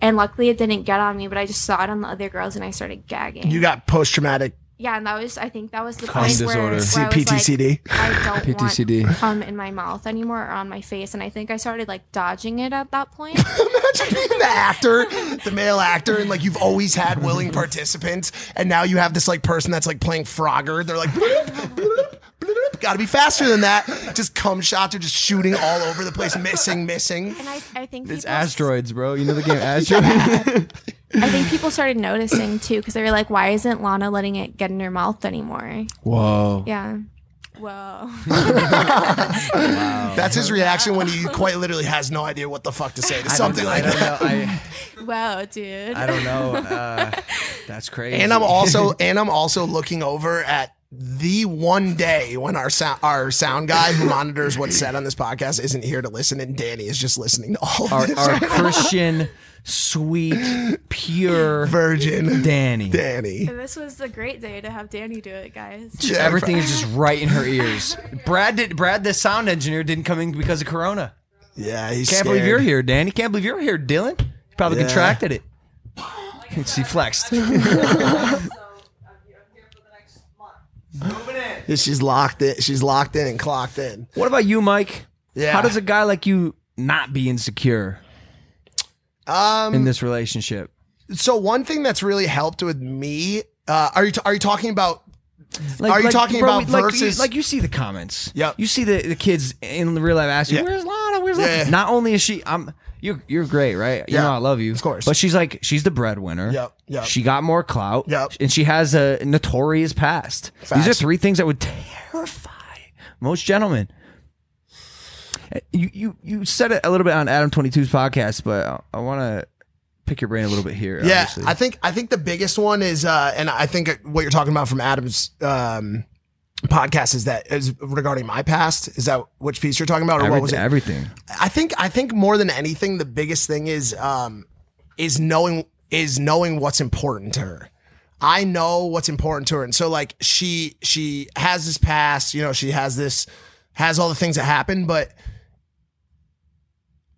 And luckily, it didn't get on me, but I just saw it on the other girls, and I started gagging. You got post traumatic yeah, and that was, I think that was the Cum point disorder. where, where I was See, like, PTCD. I don't PTCD. want cum in my mouth anymore or on my face. And I think I started like dodging it at that point. Imagine (laughs) being the actor, the male actor, and like you've always had willing participants, and now you have this like person that's like playing Frogger. They're like, bloop, bloop, bloop. gotta be faster than that. Just cum shots are just shooting all over the place, missing, missing. And I, I think It's people asteroids, bro. You know (laughs) the game Asteroids? I think people started noticing too because they were like, "Why isn't Lana letting it get in her mouth anymore?" Whoa. Yeah. Whoa. That's his reaction when he quite literally has no idea what the fuck to say to I something don't, like I don't that. Know, (laughs) I, Wow, dude. I don't know. Uh, that's crazy. And I'm also and I'm also looking over at the one day when our sound our sound guy who monitors what's said on this podcast isn't here to listen, and Danny is just listening to all of our, this. (laughs) our Christian, sweet, pure virgin Danny. Danny. And this was a great day to have Danny do it, guys. Just everything is just right in her ears. Brad did. Brad, the sound engineer, didn't come in because of Corona. Yeah, he's Can't believe you're here, Danny. Can't believe you're here, Dylan. You probably Yeah. contracted it. (laughs) She (laughs) flexed. Yeah, She's locked in. She's locked in and clocked in. what about you, Mike? Yeah. How does a guy like you not be insecure Um. in this relationship? so one thing that's really helped with me. Uh, are you are you talking about? are you talking bro, about like, versus? You, like you see the comments. Yeah. You see the, the kids in real life asking, Yeah. "Where's Lana? Where's Lana?" Yeah. Not only is she, I'm. You're you're great, right? You Yeah. know I love you, of course. But she's like she's the breadwinner. Yep, yep. She got more clout. Yep. And she has a notorious past. These are Facts. three things that would terrify most gentlemen. You you you said it a little bit on Adam 22's podcast, but I, I want to pick your brain a little bit here. yeah, obviously. I think I think the biggest one is, uh, and I think what you're talking about from Adam's um, podcast is that is regarding my past. Is that which piece you're talking about, or Every- what was it? everything. I think I think more than anything, the biggest thing is um, is knowing is knowing what's important to her. I know what's important to her, and so like she she has this past, you know, she has this has all the things that happen, but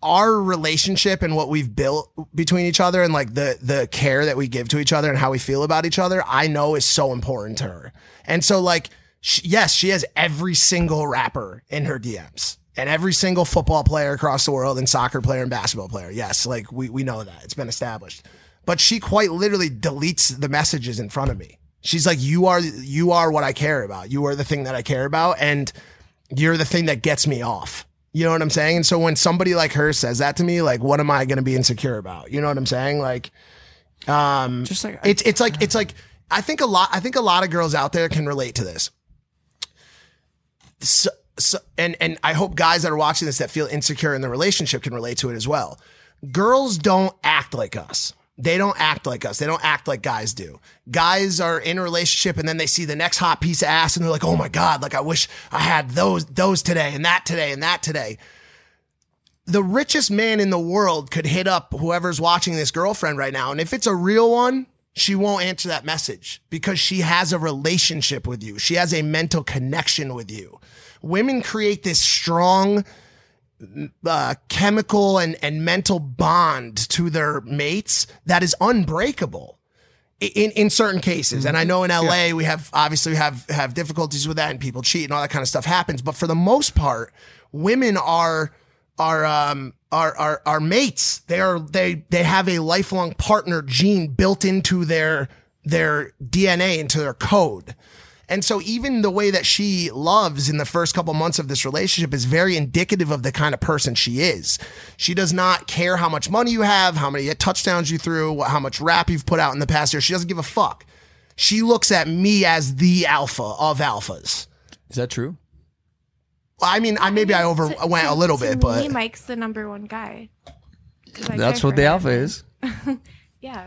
our relationship and what we've built between each other and like the the care that we give to each other and how we feel about each other i know is so important to her and so like sh yes she has every single rapper in her dms and every single football player across the world and soccer player and basketball player yes like we, we know that it's been established but she quite literally deletes the messages in front of me she's like you are you are what i care about you are the thing that i care about and you're the thing that gets me off. You know what I'm saying? And so when somebody like her says that to me, like, what am I going to be insecure about? You know what I'm saying? Like, um, just like it's it's like it's like I think a lot I think a lot of girls out there can relate to this. So, so and and I hope guys that are watching this that feel insecure in their relationship can relate to it as well. Girls don't act like us. They don't act like us. They don't act like guys do. Guys are in a relationship and then they see the next hot piece of ass and they're like, "Oh my god, like I wish I had those those today and that today and that today." the richest man in the world could hit up whoever's watching this girlfriend right now. And if it's a real one, she won't answer that message because she has a relationship with you. She has a mental connection with you. Women create this strong uh, chemical and, and mental bond to their mates that is unbreakable i- in, in certain cases. And I know in LA we have obviously we have have difficulties with that and people cheat and all that kind of stuff happens. But for the most part, women are are um are are, are mates. They are they they have a lifelong partner gene built into their their DNA, into their code. And so even the way that she loves in the first couple months of this relationship is very indicative of the kind of person she is. She does not care how much money you have, how many touchdowns you threw, what- how much rap you've put out in the past year. She doesn't give a fuck. She looks at me as the alpha of alphas. Is that true? Well, I mean, I maybe I over To- went to- a little to bit, me, but Mike's the number one guy. 'Cause I That's care for what the him. alpha is. Yeah.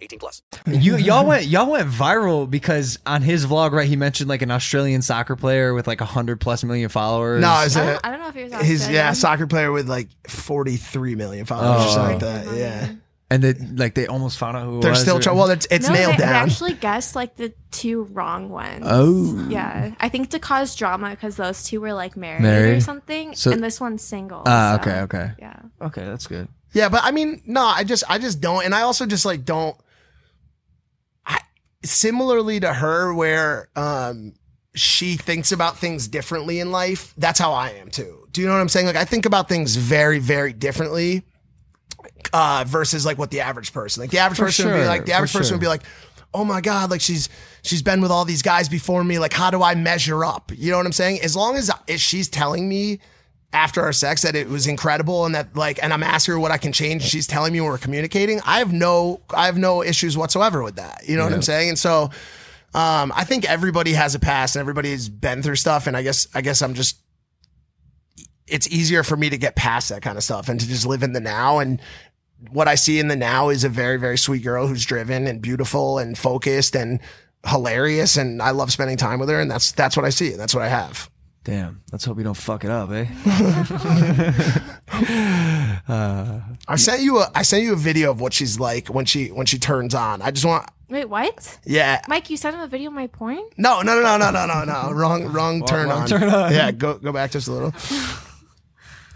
18 plus. You y'all went y'all went viral because on his vlog, right? He mentioned like an Australian soccer player with like hundred plus million followers. no, it's I a, don't- I don't know if he was his yeah Australian. soccer player with like 43 million followers or Oh. something like that. Yeah, and then like they almost found out who it they're was still or- trying. Well, it's it's No, nailed they, they down. actually guessed like the two wrong ones. Oh. Yeah. I think to cause drama because those two were like married, or Married? something. So- and this one's single. Ah, so- okay, okay, Yeah. okay, that's good. Yeah, but I mean, no, I just I just don't, and I also just like don't. I, similarly to her, where um she thinks about things differently in life. That's how I am too. Do you know what I'm saying? Like I think about things very very differently. Uh, versus like what the average person like the average For person would be sure, like the for average person sure. would be like oh my god like she's she's been with all these guys before me like how do i measure up you know what i'm saying as long as, as she's telling me after our sex that it was incredible and that like and i'm asking her what i can change she's telling me we're communicating i have no i have no issues whatsoever with that you know what i'm saying and so um i think everybody has a past and everybody's been through stuff and i guess i guess i'm just it's easier for me to get past that kind of stuff and to just live in the now and what I see in the now is a very, very sweet girl who's driven and beautiful and focused and hilarious. And I love spending time with her. And that's, that's what I see. And that's what I have. Damn, let's hope you don't fuck it up, eh? (laughs) uh, I sent you a, I sent you a video of what she's like when she, when she turns on. I just want, Wait, (laughs) what? yeah. Mike, you sent him a video of my porn? (laughs) No, no, no, no, no, no, no, (laughs) no. Wrong, wrong turn wrong on. turn on. Yeah. Go, go back just a little.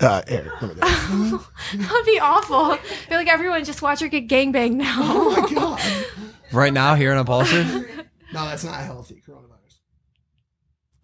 Uh, here, let me do it. That would be awful. (laughs) I feel like everyone just watch her get gangbanged now. (laughs) Oh my God. right now, here (laughs) in Impulsive. No, that's not healthy. Coronavirus.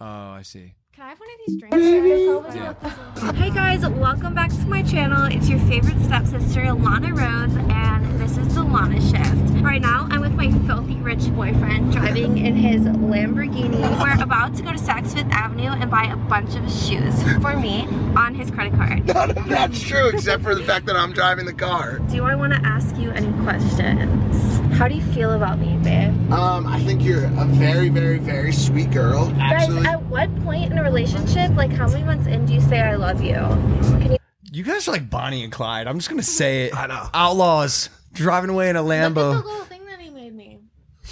oh, I see. Can I have one of these drinks? Hey guys, welcome back to my channel. It's your favorite stepsister, Lana Rhodes, and this is the Lana Shift. Right now, I'm with my filthy rich boyfriend driving in his Lamborghini. We're about to go to Saks Fifth Avenue and buy a bunch of shoes for me on his credit card. None of that's true, except for the fact that I'm driving the car. Do I want to ask you any questions? How do you feel about me, babe? Um, I think you're a very, very, very sweet girl. Absolutely. Guys, at what point in a relationship, like how many months in do you say I love you? Can you You guys are like Bonnie and Clyde. I'm just gonna say it. I know. Outlaws driving away in a Lambo. (laughs) little thing that he made me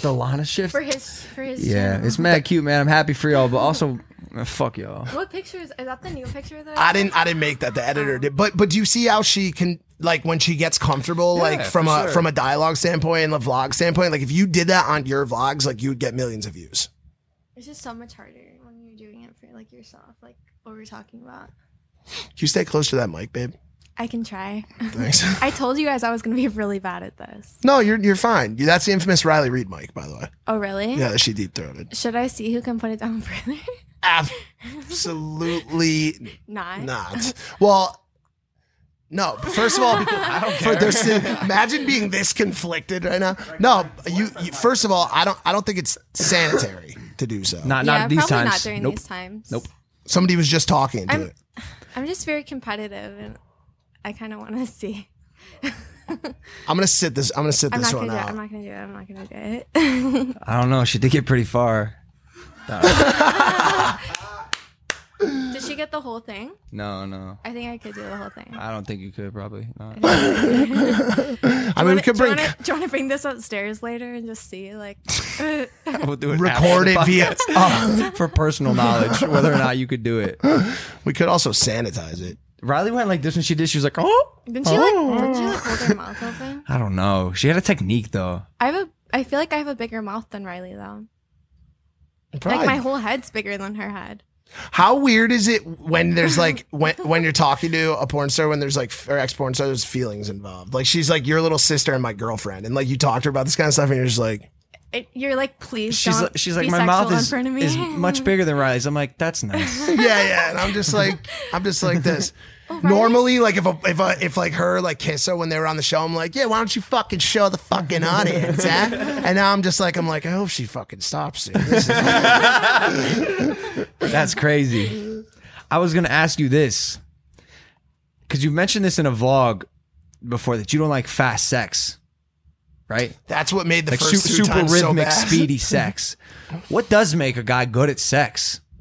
The Lana shift. for his for his. Yeah, it's mad cute, man. I'm happy for y'all, but also, uh, fuck y'all. What picture is, is that? The new picture that I didn't I didn't make that the editor did. But but do you see how she can like when she gets comfortable like for from a sure. from a dialogue standpoint and a vlog standpoint like if you did that on your vlogs like you would get millions of views. It's just so much harder when you're doing it for like yourself, like what we're talking about. Can you stay close to that mic, babe? I can try. (laughs) Thanks. (laughs) I told you guys I was gonna be really bad at this. No, you're you're fine. That's the infamous Riley Reed mic, by the way. Oh really? Yeah, that she (laughs) deep throated. Should I see who can put it down (laughs) further? Absolutely Not. not. (laughs) Well, no. First of (laughs) all, I don't care. (laughs) imagine being this conflicted right now. No, you, you. First of all, I don't. I don't think it's sanitary to do so. Not yeah, not these probably times. not during nope. these times. Nope. Somebody was just talking. to I'm it. (laughs) I'm just very competitive and I kind of want to see. I'm gonna sit this. I'm gonna sit I'm this not one gonna do it. out. I'm not gonna do it. I'm not gonna do it. (laughs) I don't know. She did get (laughs) pretty far. Did she get the whole thing? No, no. I think I could do the whole thing. I don't think you could probably. Not. (laughs) (laughs) I mean, we could Do you bring. wanna- Do you want to bring this upstairs later and just see, (laughs) like, we'll do it. Record after the it via- (laughs) Uh, podcast (laughs) for personal knowledge, whether or not you could do it. We could also sanitize it. Riley went like this when she did. She was like, oh. didn't she like? Didn't she like hold her mouth open? I don't know. She had a technique though. I have a. I feel like I have a bigger mouth than Riley though. Probably. Like my whole head's bigger than her head. How weird is it (laughs) when there's like when when you're talking to a porn star when there's like or ex porn star there's feelings involved? Like she's like your little sister and my girlfriend, and like you talk to her about this kind of stuff, and you're just like, It, you're like, please. She's don't like, she's be like my sexual mouth in is, front of me." is much bigger than Riley's. I'm like that's nice. yeah, yeah, and I'm just like I'm just like (laughs) this. Oh, Normally, like if a, if a, if like her like kiss her when they were on the show, I'm like, yeah, why don't you fucking show the fucking audience, eh? And now I'm just like I'm like, I hope she fucking stops soon. This is- That's crazy. I was gonna ask you this because you mentioned this in a vlog before that you don't like fast sex, right? That's what made the like first su- two super times so rhythmic, bad. (laughs) speedy sex. What does make a guy good at sex? (laughs)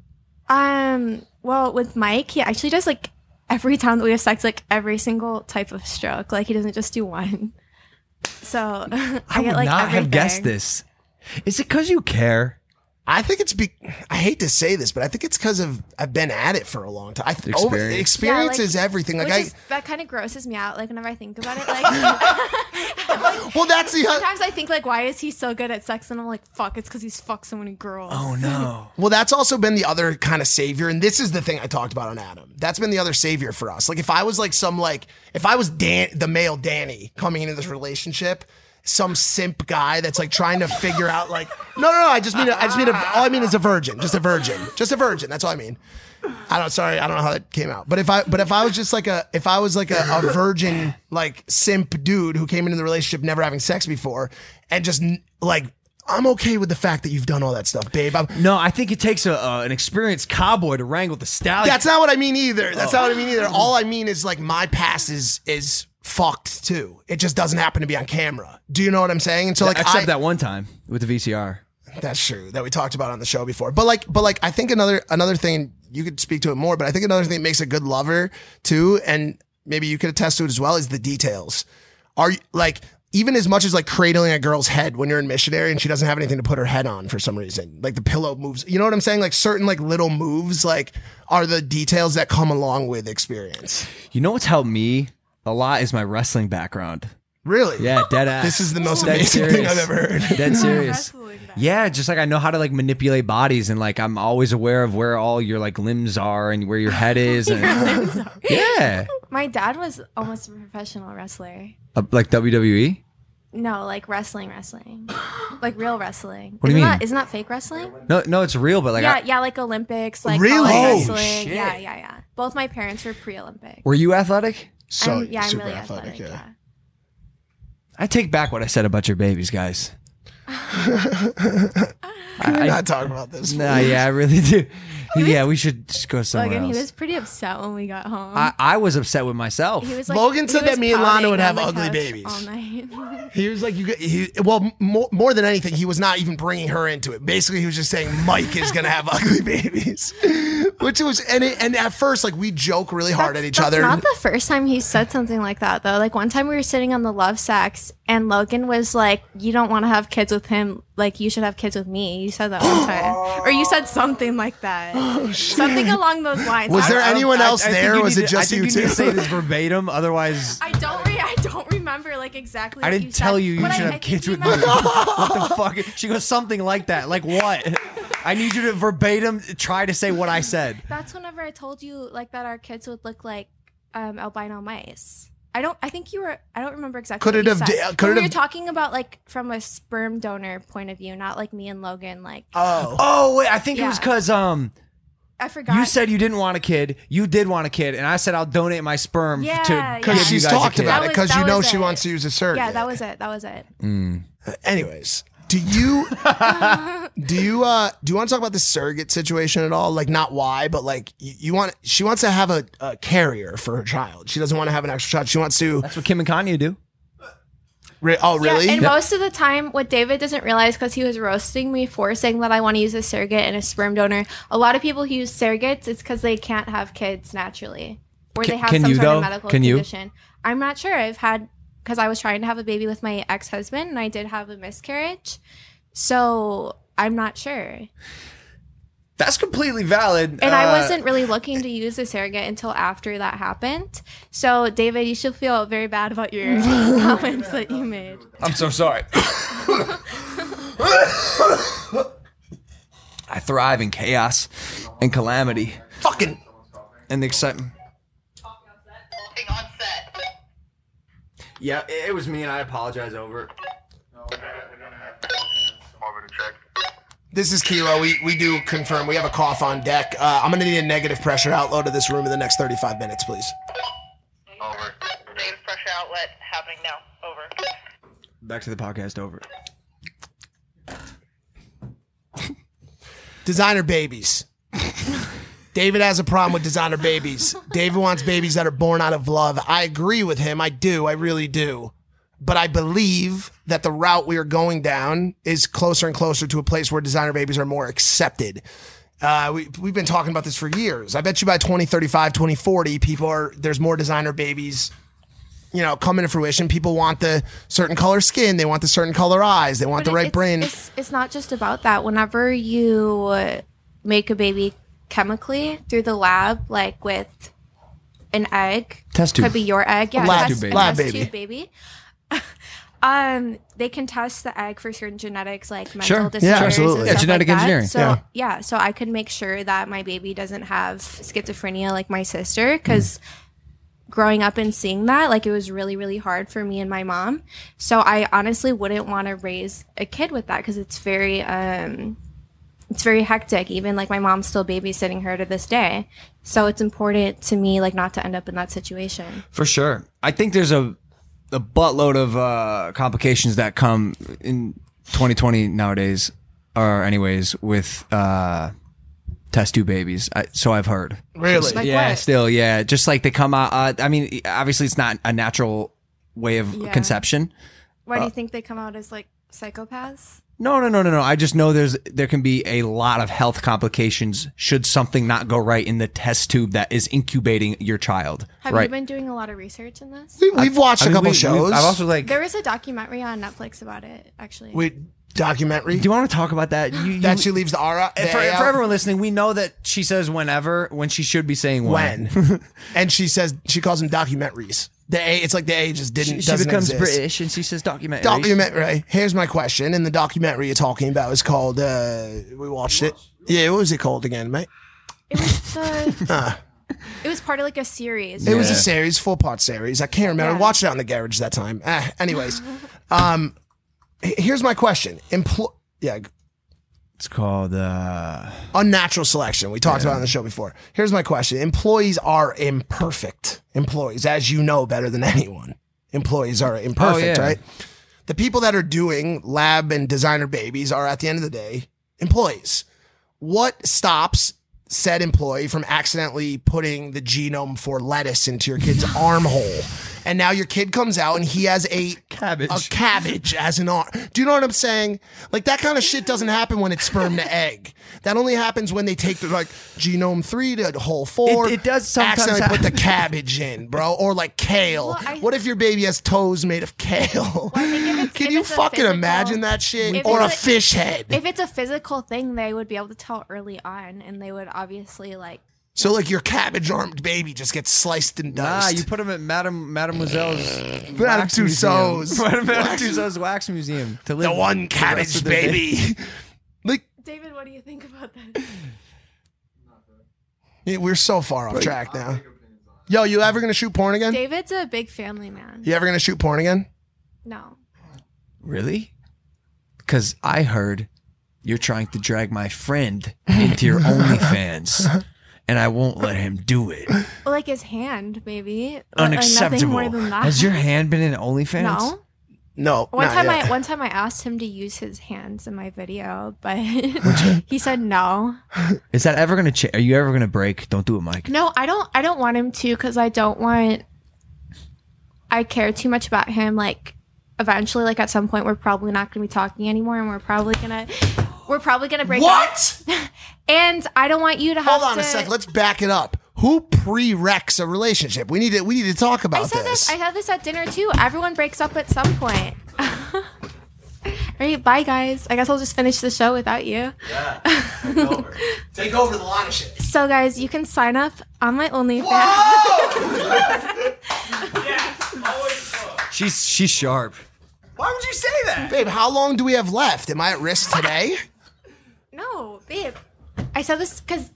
Um. Well, with Mike, he actually does like every time that we have sex, like every single type of stroke. Like he doesn't just do one. So (laughs) I, I, would get like not have guessed everything. this. Is it because you care? I think it's be. I hate to say this, but I think it's because of I've been at it for a long time. I th- over- Experience. experience Yeah, like- is everything. Like Which I, is, that kind of grosses me out. Like whenever I think about it, like, (laughs) like, well, (laughs) that's the sometimes I think like, why is he so good at sex? And I'm like, fuck, it's because he's fucked so many girls. Oh. no. well, that's also been the other kind of savior, and this is the thing I talked about on Adam. That's been the other savior for us. Like if I was like some like if I was Dan, the male Danny coming into this relationship. Some simp guy that's like trying to figure out like no no no I just mean I just mean a, all I mean is a virgin just a virgin just a virgin that's all I mean I don't. Sorry, I don't know how that came out. But if I, but if I was just like a, if I was like a, a virgin, like simp dude who came into the relationship never having sex before, and just n- like, I'm okay with the fact that you've done all that stuff, babe. I'm, No, I think it takes a, uh, an experienced cowboy to wrangle the stallion. that's not what I mean either. That's not what I mean Oh. either. All I mean is like my past is is fucked too. It just doesn't happen to be on camera. Do you know what I'm saying? And so like, except I, that one time with the VCR. That's true that we talked about on the show before. But like, but like, I think another another thing you could speak to it more. But I think another thing that makes a good lover too, and maybe you could attest to it as well, is the details. Are you like even as much as like cradling a girl's head when you're in missionary and she doesn't have anything to put her head on for some reason, like the pillow moves. You know what I'm saying? Like certain like little moves like are the details that come along with experience. You know what's helped me a lot is my wrestling background. Really? (laughs) Yeah, dead ass. This is the most Dead amazing thing serious. I've ever heard. Dead serious. Yeah, just like I know how to like manipulate bodies and like I'm always aware of where all your like limbs are and where your head is (laughs) and yeah, My dad was almost a professional wrestler. Uh, like WWE. No, like wrestling, (gasps) wrestling, like real wrestling. What do isn't you mean? That, isn't that fake wrestling? No, no, it's real, but like, yeah, I- yeah, like Olympics, like Really? college Oh, wrestling. shit. Yeah, yeah, yeah. Both my parents were pre-Olympic. were you athletic? So I'm- yeah, I'm super really athletic, athletic. yeah. I take back what I said about your babies, guys. Can we I- not talk about this? Nah, please? yeah, I (laughs) really do. yeah, we should just go somewhere Logan, he else. was pretty upset when we got home. I, I was upset with myself. he was like, Logan said he that was me and Lana pouting would on have the ugly couch babies. all night. (laughs) He was like, you. Get, he, well, more, more than anything, he was not even bringing her into it. Basically, he was just saying Mike is gonna have (laughs) ugly babies, which was and it, and at first, like we joke really hard at each That's other. Not the first time he said something like that though. Like one time we were sitting on the love sex, and Logan was like, "You don't want to have kids with him. Like you should have kids with me." You said that (gasps) one time, or you said something like that, Oh, something along those lines. Was I there don't- anyone else there, think or you was need it to- just I think you need two? to say (laughs) this verbatim, otherwise I don't. Re- I don't remember like exactly. I what didn't tell said, you you but should I- I think have kids you with me. meant- what the fuck? She goes something like that. Like what? (laughs) I need you to verbatim try to say what I said. That's whenever I told you like that our kids would look like um, albino mice. I don't. I think you were. I don't remember exactly. Could what it you have said. d- uh, But could it we were have- talking about like from a sperm donor point of view, not like me and Logan. Like Oh, Oh wait, I think it was Yeah. because um I forgot. you said you didn't want a kid, you did want a kid, and I said I'll donate my sperm Yeah, to yeah. give she's you guys talked a kid. about That was- it because you that know was she it. wants to use a surrogate. yeah, that was it. That was it. Anyways, (laughs) do you do you uh do you want to talk about the surrogate situation at all? Like not why, but like you, you want she wants to have a, a carrier for her child. She doesn't want to have an extra child. She wants to. That's what Kim and Kanye do. Re- oh, really? Yeah, and most of the time, what David doesn't realize because he was roasting me for saying that I want to use a surrogate and a sperm donor. A lot of people who use surrogates, it's because they can't have kids naturally, or Ca- they have can some you, sort though? of medical Can you? condition. I'm not sure. I've had because I was trying to have a baby with my ex husband, and I did have a miscarriage, so I'm not sure. That's completely valid. And I Uh, wasn't really looking to use a surrogate until after that happened. So, David, you should feel very bad about (laughs) your comments that you made. I'm so sorry. I thrive in chaos and calamity. Fucking. And the excitement. Yeah, it it was me, and I apologize over. This is Kilo. We we do confirm we have a cough on deck. Uh, I'm gonna need a negative pressure outload of this room in the next 35 minutes, please. Back to the podcast over. Designer babies. David has a problem with designer babies. David wants babies that are born out of love. I agree with him. I do. I really do. But I believe that the route we are going down is closer and closer to a place where designer babies are more accepted. Uh, we, we've been talking about this for years. I bet you by 2035, 2040, people are, there's more designer babies you know, come into fruition. People want the certain color skin. They want the certain color eyes. They want the right brain. It's, it's not just about that. Whenever you uh, make a baby chemically through the lab, like with an egg, Test tube. could be your egg, yeah, Lab test, tube a baby. Lab test baby. tube baby. um, they can test the egg for certain genetics, like mental Sure. Yeah, disorders, and absolutely. stuff Yeah, genetic like that. engineering. So Yeah. yeah. so I could make sure that my baby doesn't have schizophrenia like my sister, because Mm. growing up and seeing that, like it was really, really hard for me and my mom. So I honestly wouldn't want to raise a kid with that because it's very, um, it's very hectic. Even like my mom's still babysitting her to this day. So it's important to me, like, not to end up in that situation. For sure. I think there's a a buttload of uh, complications that come in 2020 nowadays, or anyways, with uh, test tube babies. I, so I've heard. Really? Just- Like yeah. what? Still, yeah. Just like they come out. Uh, I mean, obviously, it's not a natural way of Yeah. conception. Why do do you you think they come out as like psychopaths? No, no, no, no, no. I just know there's there can be a lot of health complications should something not go right in the test tube that is incubating your child. Have right. you been doing a lot of research in this? We, we've watched I a mean, couple we- shows. we- I've also like there was a documentary on Netflix about it, actually. we documentary. Do you want to talk about that? that she leaves the R. And for, for everyone listening, we know that she says whenever when she should be saying when. When. (laughs) and she says she calls them documentaries. The A, it's like the A just didn't. she she doesn't becomes exist. British and she says documentary. Documentary. Here's my question. And the documentary you're talking about is called. uh We watched it. Yeah, what was it called again, mate? It was (laughs) the, Uh, it was part of like a series. It was a right? series, four part series. I can't remember. I Yeah. watched it out in the garage that time. Ah, anyways, um, h- here's my question. Empl- yeah, g- It's called uh unnatural selection. We talked about it on the show before. Here's my question. Employees are imperfect. Employees, as you know better than anyone, employees are imperfect, yeah. right? The people that are doing lab and designer babies are, at the end of the day, employees. What stops said employee from accidentally putting the genome for lettuce into your (laughs) kid's armhole? And now your kid comes out and he has a cabbage, a cabbage as an arm. Do you know what I'm saying? Like that kind of shit doesn't happen when it's sperm to egg. That only happens when they take the like genome three to whole four. It- it does sometimes accidentally put the happen. (laughs) cabbage in, bro, or like kale. what if your baby has toes made of kale? (laughs) Can you it's a fucking physical- imagine that shit? If Or a it's fish head? If it's a physical thing, they would be able to tell early on, and they would obviously like. So like your cabbage armed baby just gets sliced and Ah, diced. you put him at Madame Mademoiselle's Madame wax museum. Tussauds. Madame Wax- Tussauds wax museum to live the one the rest cabbage of their day. baby. David, what do you think about that? (laughs) Yeah, We're so far off track now. Yo, you ever gonna shoot porn again? (laughs) David's a big family man. You ever gonna shoot porn again? No. Really? Because I heard you're trying to drag my friend into your OnlyFans, and I won't let him do it. Well, like his hand, maybe. Like- like nothing Unacceptable. more than that. Has your hand been in OnlyFans? No. No. One not time, yet. I one time I asked him to use his hands in my video, but (laughs) he said no. Is that ever gonna change? Are you ever gonna break? Don't do it, Mike. No, I don't. I don't want him to because I don't want. I care too much about him, like eventually, like at some point, we're probably not going to be talking anymore, and we're probably gonna we're probably gonna break. What? up. and I don't want you to have Hold on to, a sec. Let's back it up. Who prereqs a relationship? We need to. We need to talk about I said this. I said this at dinner too. Everyone breaks up at some point. (laughs) All right, bye guys. I guess I'll just finish the show without you. Take over the lot of shit. So guys, you can sign up on my OnlyFans. Whoa! She's she's sharp. Why would you say that, babe? How long do we have left? Am I (laughs) at risk today? no, babe. I said this because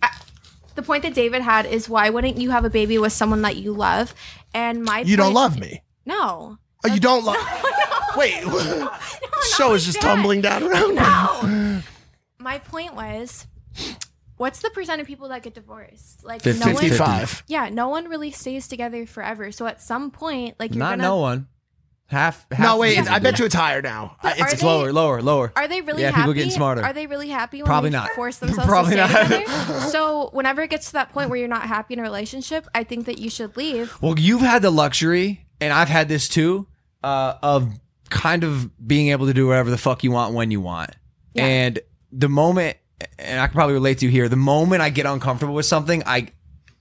the point that David had is why wouldn't you have a baby with someone that you love? And my you don't point- love me. (laughs) No. Oh, you don't love. (laughs) Wait. show is just tumbling down around. No. My point was, what's the percent of people that get divorced? Like Fifty- no one, 55. Yeah, no one really stays together forever. So at some point, like you're Not gonna, no one. Half. half No, wait. of them I do. bet you it's higher now. I- are It's, it's they- lower, lower, lower. Are they really Yeah, happy? people getting smarter. Are they really happy when Probably they not. force themselves to Probably not. stay (laughs) together? so whenever it gets to that point where you're not happy in a relationship, I think that you should leave. Well, you've had the luxury, and I've had this too, uh, of kind of being able to do whatever the fuck you want when you want. And the moment, and I can probably relate to you here, the moment I get uncomfortable with something, I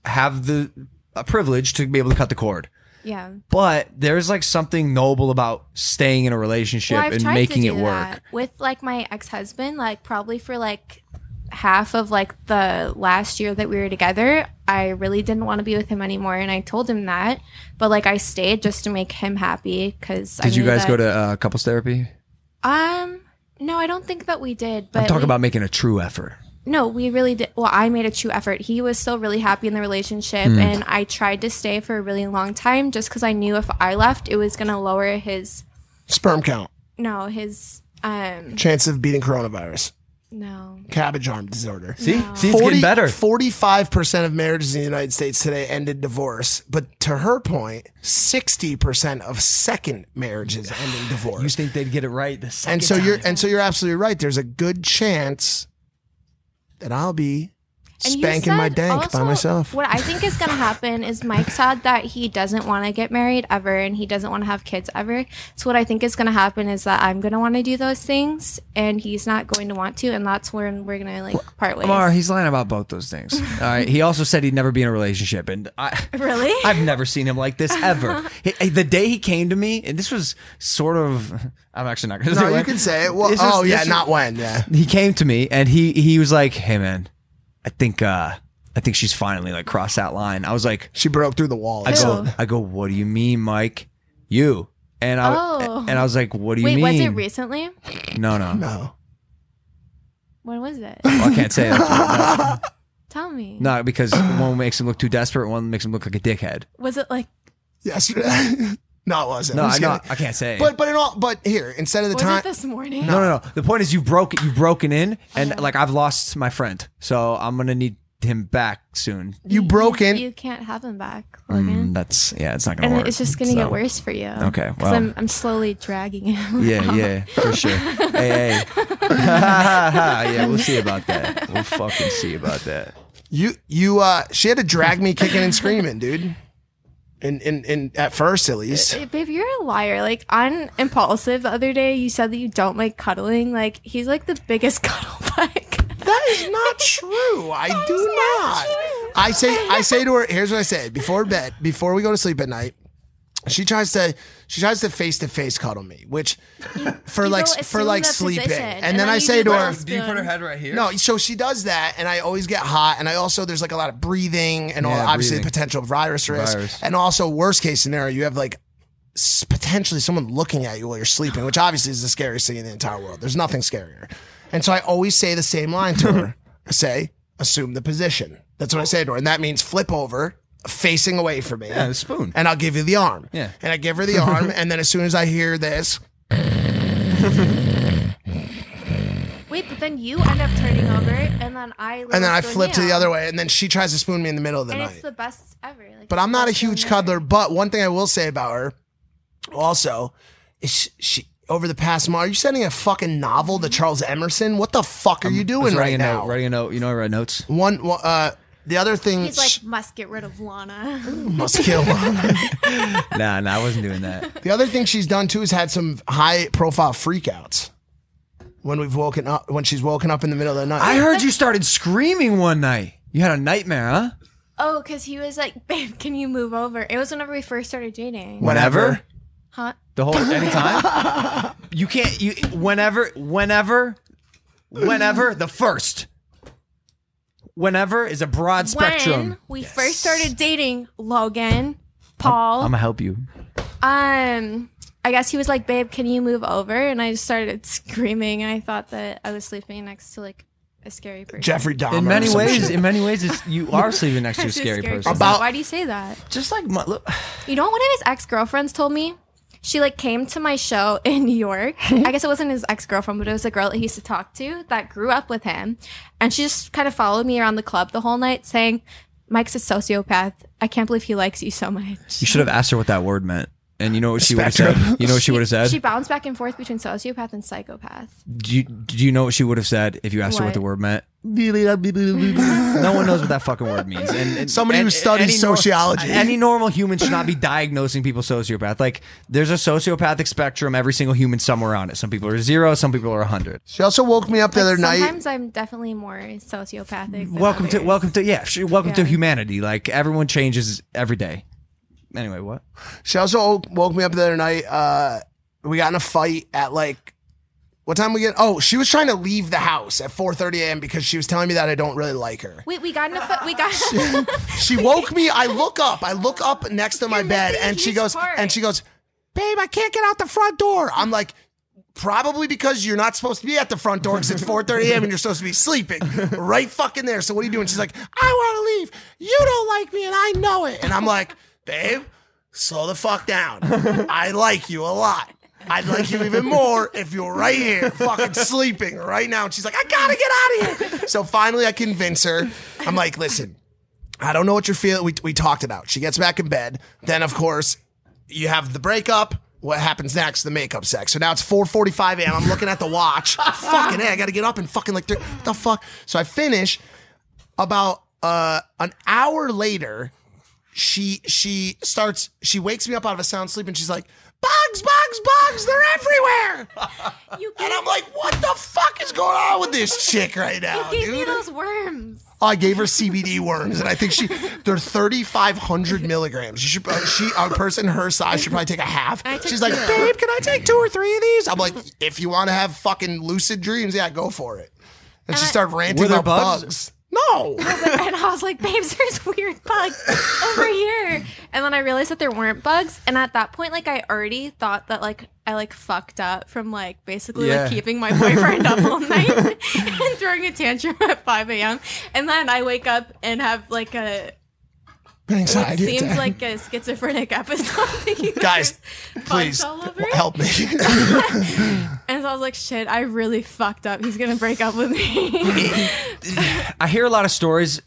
have the a privilege to be able to cut the cord. Yeah. But there's like something noble about staying in a relationship Well, I've and tried making to it do work. that with like my ex husband, like probably for like half of like the last year that we were together, I really didn't want to be with him anymore, and I told him that. But like I stayed just to make him happy because Did you guys go to uh, couples therapy? Um, no, I don't think that we did. But I'm talking we- about making a true effort. No, we really did. Well, I made a true effort. He was still really happy in the relationship, Mm. and I tried to stay for a really long time just because I knew if I left, it was gonna lower his Sperm count. no his um Chance of beating coronavirus. no. Cabbage arm disorder. See? No. See, it's getting better. Forty-five percent of marriages in the United States today end in divorce, but to her point, sixty percent of second (sighs) marriages end in divorce. You think they'd get it right the second and so time. you're and so you're absolutely right. There's a good chance that I'll be And you spanking my said dank by also- myself. What I think is going to happen is Mike said that he doesn't want to get married ever and he doesn't want to have kids ever. So, what I think is going to happen is that I'm going to want to do those things and he's not going to want to. And that's when we're going to like part ways. Amar, he's lying about both (laughs) those things. All right. He also said he'd never be in a relationship, and I Really? (laughs) I've never seen him like this (laughs) ever. He- he- the day he came to me, and this was sort of I'm actually not going to No, say. you when. can say it. Well, This oh, yeah, this not when, yeah. He came to me, and he he was like, "Hey, man, I think uh I think she's finally like crossed that line." I was like, "She broke through the wall." I go, Ew. I go, "What do you mean, Mike? You?" And I Oh. and I was like, "What do you Wait, mean?" was it recently? no, no, no. When was (laughs) it? Well, I can't say that. No. Tell me. No, because one makes him look too desperate, one makes him look like a dickhead. Was it like, yesterday. (laughs) no, it wasn't. No, I'm I, just no, kidding. I can't say. But but in all but here instead of the was time it this morning? no, no, no. The point is, you broke it. You've broken in, and Oh. like I've lost my friend, so I'm gonna need him back soon. you broke in. You can't have him back. Mm, that's yeah. It's not gonna And work. it's just going to so. get worse for you. Okay, 'Cause well. I'm, I'm slowly dragging him. Yeah, out. yeah, for (laughs) sure. hey, (laughs) hey. yeah, we'll see about that. We'll fucking see about that. You you uh she had to drag me kicking and screaming, dude. In in in at first at least. Eh, Babe, you're a liar. Like on impulsive the other day, you said that you don't like cuddling. Like he's like the biggest (laughs) cuddle bug. That (laughs) is not true. I do not. I say I say (laughs) to her, here's what I say before bed, before we go to sleep at night. She tries to she tries to face to face cuddle me, which for you like will for assume like the sleeping, position, and, and then, then I you say do to the her, spoon. Do you put her head right here? No, so she does that, and I always get hot, and I also there's like a lot of breathing, and all, Yeah, obviously breathing. potential virus risk, Virus. and also worst case scenario, you have like s- potentially someone looking at you while you're sleeping, which obviously is the scariest thing in the entire world. There's nothing scarier, and so I always say the same line to (laughs) her: I say, assume the position. That's what I say to her, and that means flip over. Facing away from me, Yeah, the spoon. and I'll give you the arm. Yeah. and I give (laughs) her the arm, and then as soon as I hear this, Wait, but then you end up turning over, and then I and then I flip to the other way, and then she tries to spoon me in the middle of the and night. it's the best ever. Like, But I'm not a huge cuddler. But one thing I will say about her, also, is she, she over the past month. Are you sending a fucking novel to Charles Emerson? What the fuck are you I was doing right writing a now? (laughs) Note, writing a note. You know, I write notes. One, one, uh, The other thing, He's like, must get rid of Lana. (laughs) must kill. (laughs) nah, nah, I wasn't doing that. the other thing she's done too is had some high profile freakouts. When we've woken up, when she's woken up in the middle of the night. (laughs) I heard you started screaming one night. You had a nightmare, huh? Oh, because he was like, (laughs) babe, can you move over? It was whenever we first started dating. Whenever? Huh? The whole anytime? (laughs) you can't you whenever whenever whenever the first. Whenever is a broad When spectrum. we first started dating, Logan, Paul, I'm gonna help you. um, I guess he was like, babe, can you move over? And I just started (laughs) screaming. I thought that I was sleeping next to like a scary person. In many ways, in many many ways, it's, (laughs) you are sleeping next to (laughs) a Just scary person. About why do you say that? just like my, look, You know what one of his ex girlfriends told me? She like came to my show (laughs) in New (laughs) York. I guess it wasn't his ex girlfriend, but it was a girl that he used to talk to that grew up with him. And she just kind of followed me around the club the whole night saying, Mike's a sociopath. I can't believe he likes you so much. you should have asked her what that word meant, and you know what she would have said. You know what she would have said. She bounced back and forth between sociopath and psychopath. do you, do you know what she would have said if you asked her what the (laughs) word meant? No one knows what that fucking word means. And, and- Somebody who and- studies any nor- sociology. any normal human should not be diagnosing people sociopath. Like there's a sociopathic spectrum. Every single human somewhere on it. Some people are zero. Some people are hundred. She also woke me up the other night. Sometimes I'm definitely more sociopathic. than Welcome to others. welcome to yeah. sh- Welcome to Yeah. humanity. Like everyone changes every day. Anyway, what? She also o- woke me up the other night. Uh, we got in a fight at like what time we get? Oh, she was trying to leave the house at 4:30 a.m. because she was telling me that I don't really like her. We, we got in a fu- we (laughs) got She woke me. I look up. I look up next to my bed, and she goes, and she goes, "Babe, I can't get out the front door." I'm like. Probably because you're not supposed to be at the front door because it's 4:30 a.m. and you're supposed to be sleeping right fucking there. So what are you doing? She's like, "I want to leave. You don't like me, and I know it." And I'm like, "Babe, slow the fuck down. I like you a lot. I'd like you even more if you were right here, fucking sleeping right now." And she's like, "I gotta get out of here." So finally, I convince her. I'm like, "Listen, I don't know what you're feeling. We, we talked it out. She gets back in bed. Then, of course, you have the breakup. What happens next? The makeup sex. So now it's 4:45 a.m. I'm looking at (laughs) the watch. fucking, hey, I got to get up and fucking like, what the fuck? So I finish. About uh, an hour later, she she starts. She wakes me up out of a sound sleep, and she's like, "Bugs, bugs, bugs! They're everywhere!" and I'm like, "What the fuck is going on with this chick right now?" You gave me those worms. I gave her CBD worms, and I think she they're thirty five hundred milligrams. She should uh, she a person her size should probably take a half. I took She's like, two. babe, can I take two or three of these? I'm like, if you want to have fucking lucid dreams, yeah, go for it. And, she started ranting Were there about bugs. bugs? No. and I was like, babes, there's weird bugs over here. And then I realized that there weren't bugs. And at that point, like, I already thought that, like, I like fucked up from like basically Yeah. like keeping my boyfriend up (laughs) all night and throwing a tantrum at 5 a.m. And then I wake up and have like a what Anxiety seems attack. like a schizophrenic episode. (laughs) thinking that Guys, there's bugs please all over. w- help me. (laughs) And so I was like, shit, I really fucked up. He's gonna break up with me. I hear a lot of stories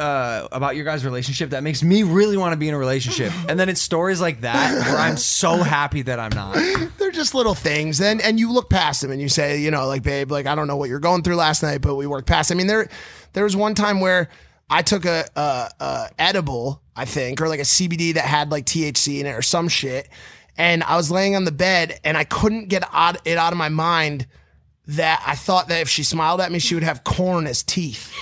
uh, about your guys' relationship that makes me really want to be in a (laughs) relationship, and then it's stories like that where I'm so happy that I'm not. They're just little things. Then and you look past them and you say, you know, like babe, like I don't know what you're going through last night, but we worked past. I mean, there there was one time where I took a, a, a edible, I think, or like a CBD that had like THC in it or some shit, and I was laying on the bed and I couldn't get out, it out of my mind that I thought that if she smiled at me, she would have corn (laughs) as teeth.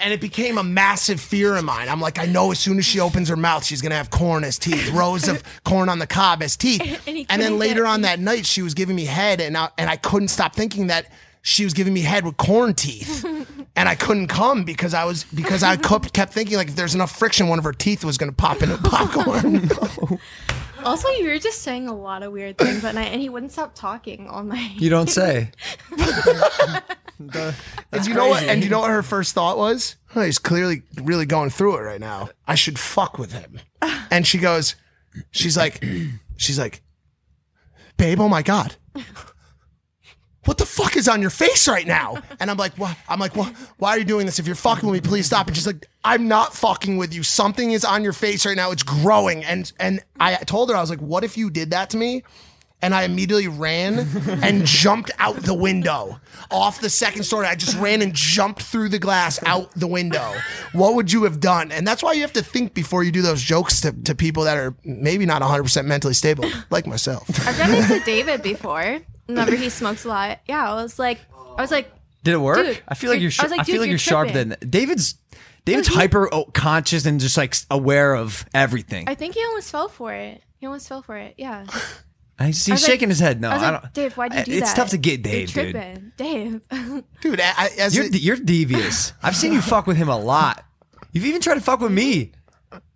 And it became a massive fear of mine. I'm like, I know as soon as she opens her mouth, she's gonna have corn as teeth, rows (laughs) of corn on the cob as teeth. And he And, couldn't then later get- on that night, she was giving me head, and I, and I couldn't stop thinking that she was giving me head with (laughs) corn teeth, and I couldn't come because I was because I kept kept thinking like if there's enough friction, one of her teeth was gonna pop into (laughs) popcorn. (laughs) Also, you were just saying a lot of weird things at night, and he wouldn't stop talking all night. You don't say. and you know what? crazy. And you know what her first thought was? Oh, he's clearly really going through it right now. I should fuck with him. And she goes, she's like, she's like, babe, oh my god, what the fuck is on your face right now? And I'm like, what? I'm like, what? Why are you doing this? If you're fucking with me, please stop. And she's like, I'm not fucking with you. Something is on your face right now. It's growing. And and I told her, I was like, what if you did that to me? and I immediately ran (laughs) and jumped out the window off the second story. I just ran and jumped through the glass out the window. What would you have done? And that's why you have to think before you do those jokes to, to people that are maybe not 100% mentally stable, like myself. I've done it to David before. Remember, he smokes a lot. Yeah, I was like, I was like, Did it work? Dude, I feel like you're- you're. I Sh- was I, like, dude, feel like you're you're sharp. tripping. Then David's David's hyper o- conscious and just like s- aware of everything. I think he almost fell for it. He almost fell for it. Yeah. I, see I was he's like- shaking his head. No, I I, was like, don't. Dave, why'd you do it's that? tough to get You're Dave, dude. tripping. Dave. (laughs) Dude, I, as You're, you're devious. I've seen you fuck with him a lot. You've even tried to fuck with me.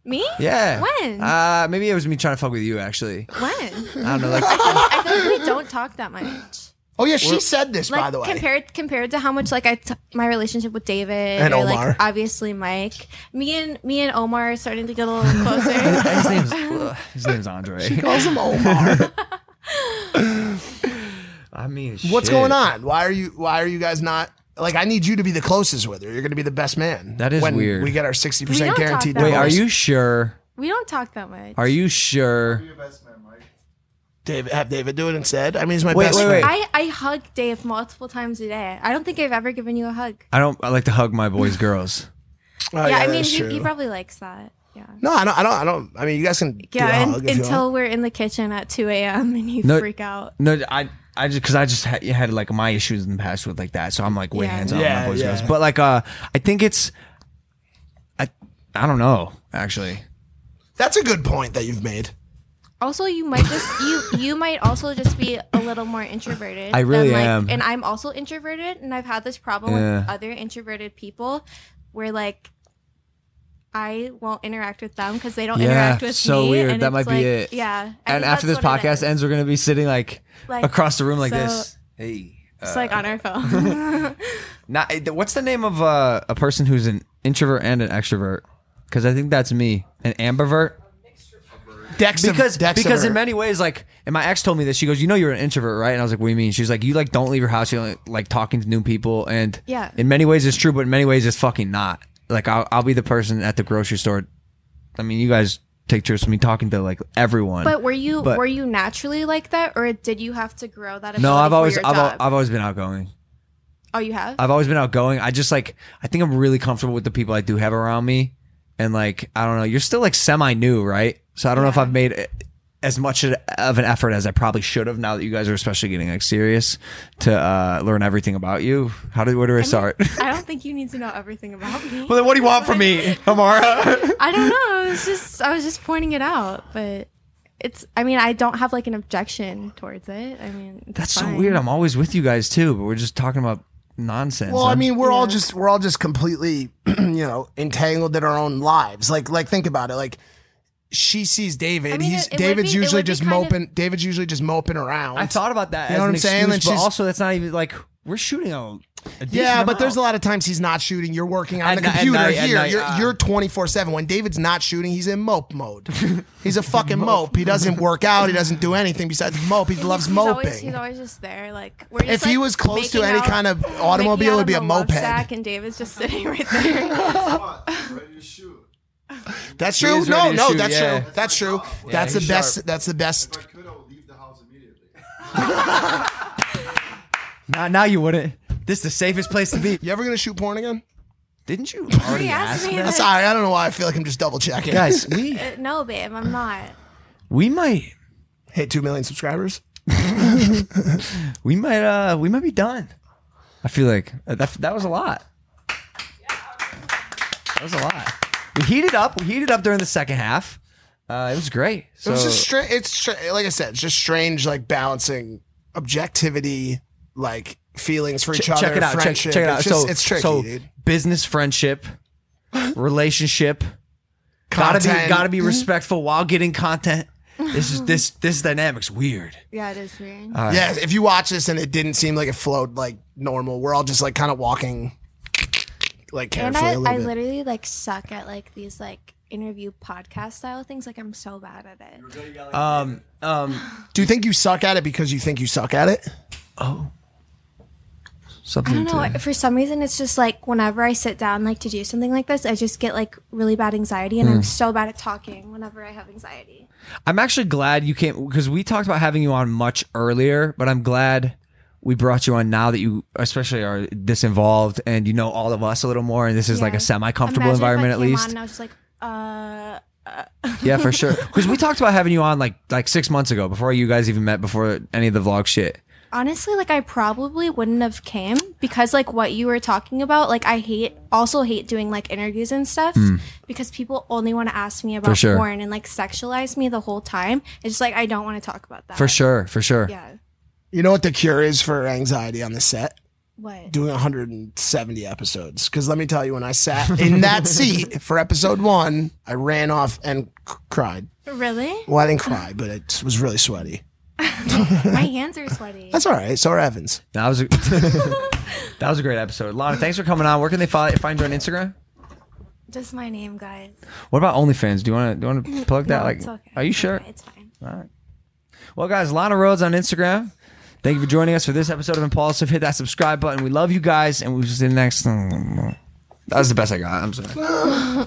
Me? Yeah. When? Uh, maybe it was me trying to fuck with you actually. when? I don't know, like- I, feel, I feel like we don't talk that much. Oh yeah, We're- she said this like by the way. compared compared to how much like I t- my relationship with David And or Omar. like obviously Mike. Me and me and Omar are starting to get a little (laughs) closer. (laughs) his name's ugh, his name's Andre. She calls him Omar. (laughs) I mean, What's shit. going on? Why are you why are you guys not like I need you to be the closest with her. You're gonna be the best man. That is when weird. We get our sixty We don't percent talk guaranteed. that Wait, are divorce. you sure? we don't talk that much. Are you sure? David have David do it instead? I mean he's my Wait, best wait, friend. I, I hug Dave multiple times a day. I don't think I've ever given you a hug. I don't. I like to hug my boys, girls. Oh, yeah, I mean, that's he, he true. probably likes that. Yeah. No, I don't I don't I don't I mean you guys can do a Yeah, hug and, if you want. until we're in the kitchen at 2 a.m. and you No- freak out. No, I, I just because I just had, had like my issues in the past with like that, so I'm like way Yeah. hands on Yeah, my boys, yeah. girls. But like, uh, I think it's, I, I don't know actually. That's a good point that you've made. Also, you might just you you might also just be a little more introverted. I than, really like- am. and I'm also introverted, and I've had this problem Yeah. with other introverted people, where like I won't interact with them because they don't Yeah, interact with so me. weird. and That it's might be like- it. Yeah. I and think after this that's what it podcast is. ends, we're gonna be sitting like, Like, across the room like so- this. Hey, it's like on our (laughs) phone. not, what's eh, the name of uh, a person who's an introvert and an extrovert? Because I think that's me, an ambivert. Dex because Dex because in many ways, like, and my ex told me this. She goes, "You know, you're an introvert, right?" And I was like, "What do you mean?" She's like, "You like don't leave your house. You don't like, like talking to new people." And Yeah. in many ways, it's true, but in many ways, it's fucking not. Like, I'll, I'll be the person at the grocery store. I mean, you guys take trips with me talking to like everyone. but were you But- were you naturally like that, or did you have to grow that? Ability no, I've for always your I've, al- job? I've always been outgoing. oh, you have. I've always been outgoing. I just like I think I'm really comfortable with the people I do have around me, and like I don't know. You're still like semi new, right? So I don't know if I've made as much of an effort as I probably should have. Now that you guys are especially getting like serious to uh, learn everything about you. How do where do I start? (laughs) I don't think you need to know everything about me. well, then what do you want from (laughs) me, Amara? I don't know. It's just I was just pointing it out, but it's. I mean, I don't have like an objection towards it. I mean, it's That's fine. so weird. I'm always with you guys too, but we're just talking about nonsense. Well, I I'm- mean, we're all just we're all just completely, (clears throat) you know, entangled in our own lives. Like like think about it. Like she sees David. I mean, He's it- it would David's be- it usually would be just kind of- moping. David's usually just moping around. I thought about that. You know as what an I'm saying? excuse, And but she's- also that's not even like we're shooting on. A decent Yeah, but amount. there's a lot of times he's not shooting. You're working on At the ni- at computer night- at here. night, you're uh. you're 24 seven. When David's not shooting, he's in mope mode. he's a fucking mope. He doesn't work out. He doesn't do anything besides mope. He loves He's moping. always, he's always just there. Like we're just, If he like, was close to making any out- kind of making automobile, out it'd on be a the love moped. Sack and David's just sitting right there. That's He true. is No, ready to no, shoot, that's yeah. true. That's true. Yeah, that's the he's best. sharp. That's the best. Now, now you wouldn't. This is the safest place (laughs) to be. You ever gonna shoot porn again? (laughs) Didn't you already ask me that? that. Sorry, I don't know why I feel like I'm just double (laughs) checking. (laughs) Guys, we Uh, no, babe, I'm not. we might hit two million subscribers. we might uh we might be done. I feel like uh, that that was a lot. That was a lot. We heated up. We heated up during the second half. Uh, it was great. So, it was just stra- it's stra- like I said, it's just strange, like balancing objectivity, like feelings for each ch- other. check it out. Check, friendship. check it out. It's, just, so it's tricky, so dude. (laughs) business, friendship, relationship. Gotta be Content. (laughs) gotta be respectful while getting content. This is this this dynamic's weird. Yeah, it is weird. All right. Yeah, if you watch this and it didn't seem like it flowed like normal, we're all just like kind of walking, like and carefully I, a little I bit. literally like suck at like these like interview podcast style things. Like I'm so bad at it. Um um Do you think you suck at it because you think you suck at it? Oh. Something. I don't know. to- For some reason, it's just like whenever I sit down, like to do something like this, I just get like really bad anxiety, and I'm Mm. so bad at talking whenever I have anxiety. I'm actually glad you came because we talked about having you on much earlier, but I'm glad we brought you on now that you especially are this involved and you know all of us a little more and this is like Yeah. a semi comfortable Imagine if I environment at came least. On and I was just like, uh, uh. Yeah, (laughs) for sure. Because we talked about having you on like like six months ago, before you guys even met, before any of the vlog shit. Honestly, like I probably wouldn't have came because like what you were talking about, like I hate also hate doing like interviews and stuff Mm. because people only want to ask me about sure. porn and like sexualize me the whole time. It's just like I don't want to talk about that. For sure, for sure. Yeah. You know what the cure is for anxiety on the set? What? Doing 170 episodes. Because let me tell you, when I sat in that seat for episode one, I ran off and c- cried. Really? Well, I didn't cry, but it was really sweaty. My hands are sweaty. That's all right. So are Evans. That was a (laughs) that was a great episode. Lana, thanks for coming on. Where can they follow, find you on Instagram? Just my name, guys. What about OnlyFans? Do you want to do you want to plug that? No, like, it's okay. are you sure? It's fine. All right. Well, guys, Lana Rhodes on Instagram. Thank you for joining us for this episode of Impulsive. Hit that subscribe button. We love you guys, and we'll see you next. That was the best I got. I'm sorry.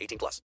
18 plus.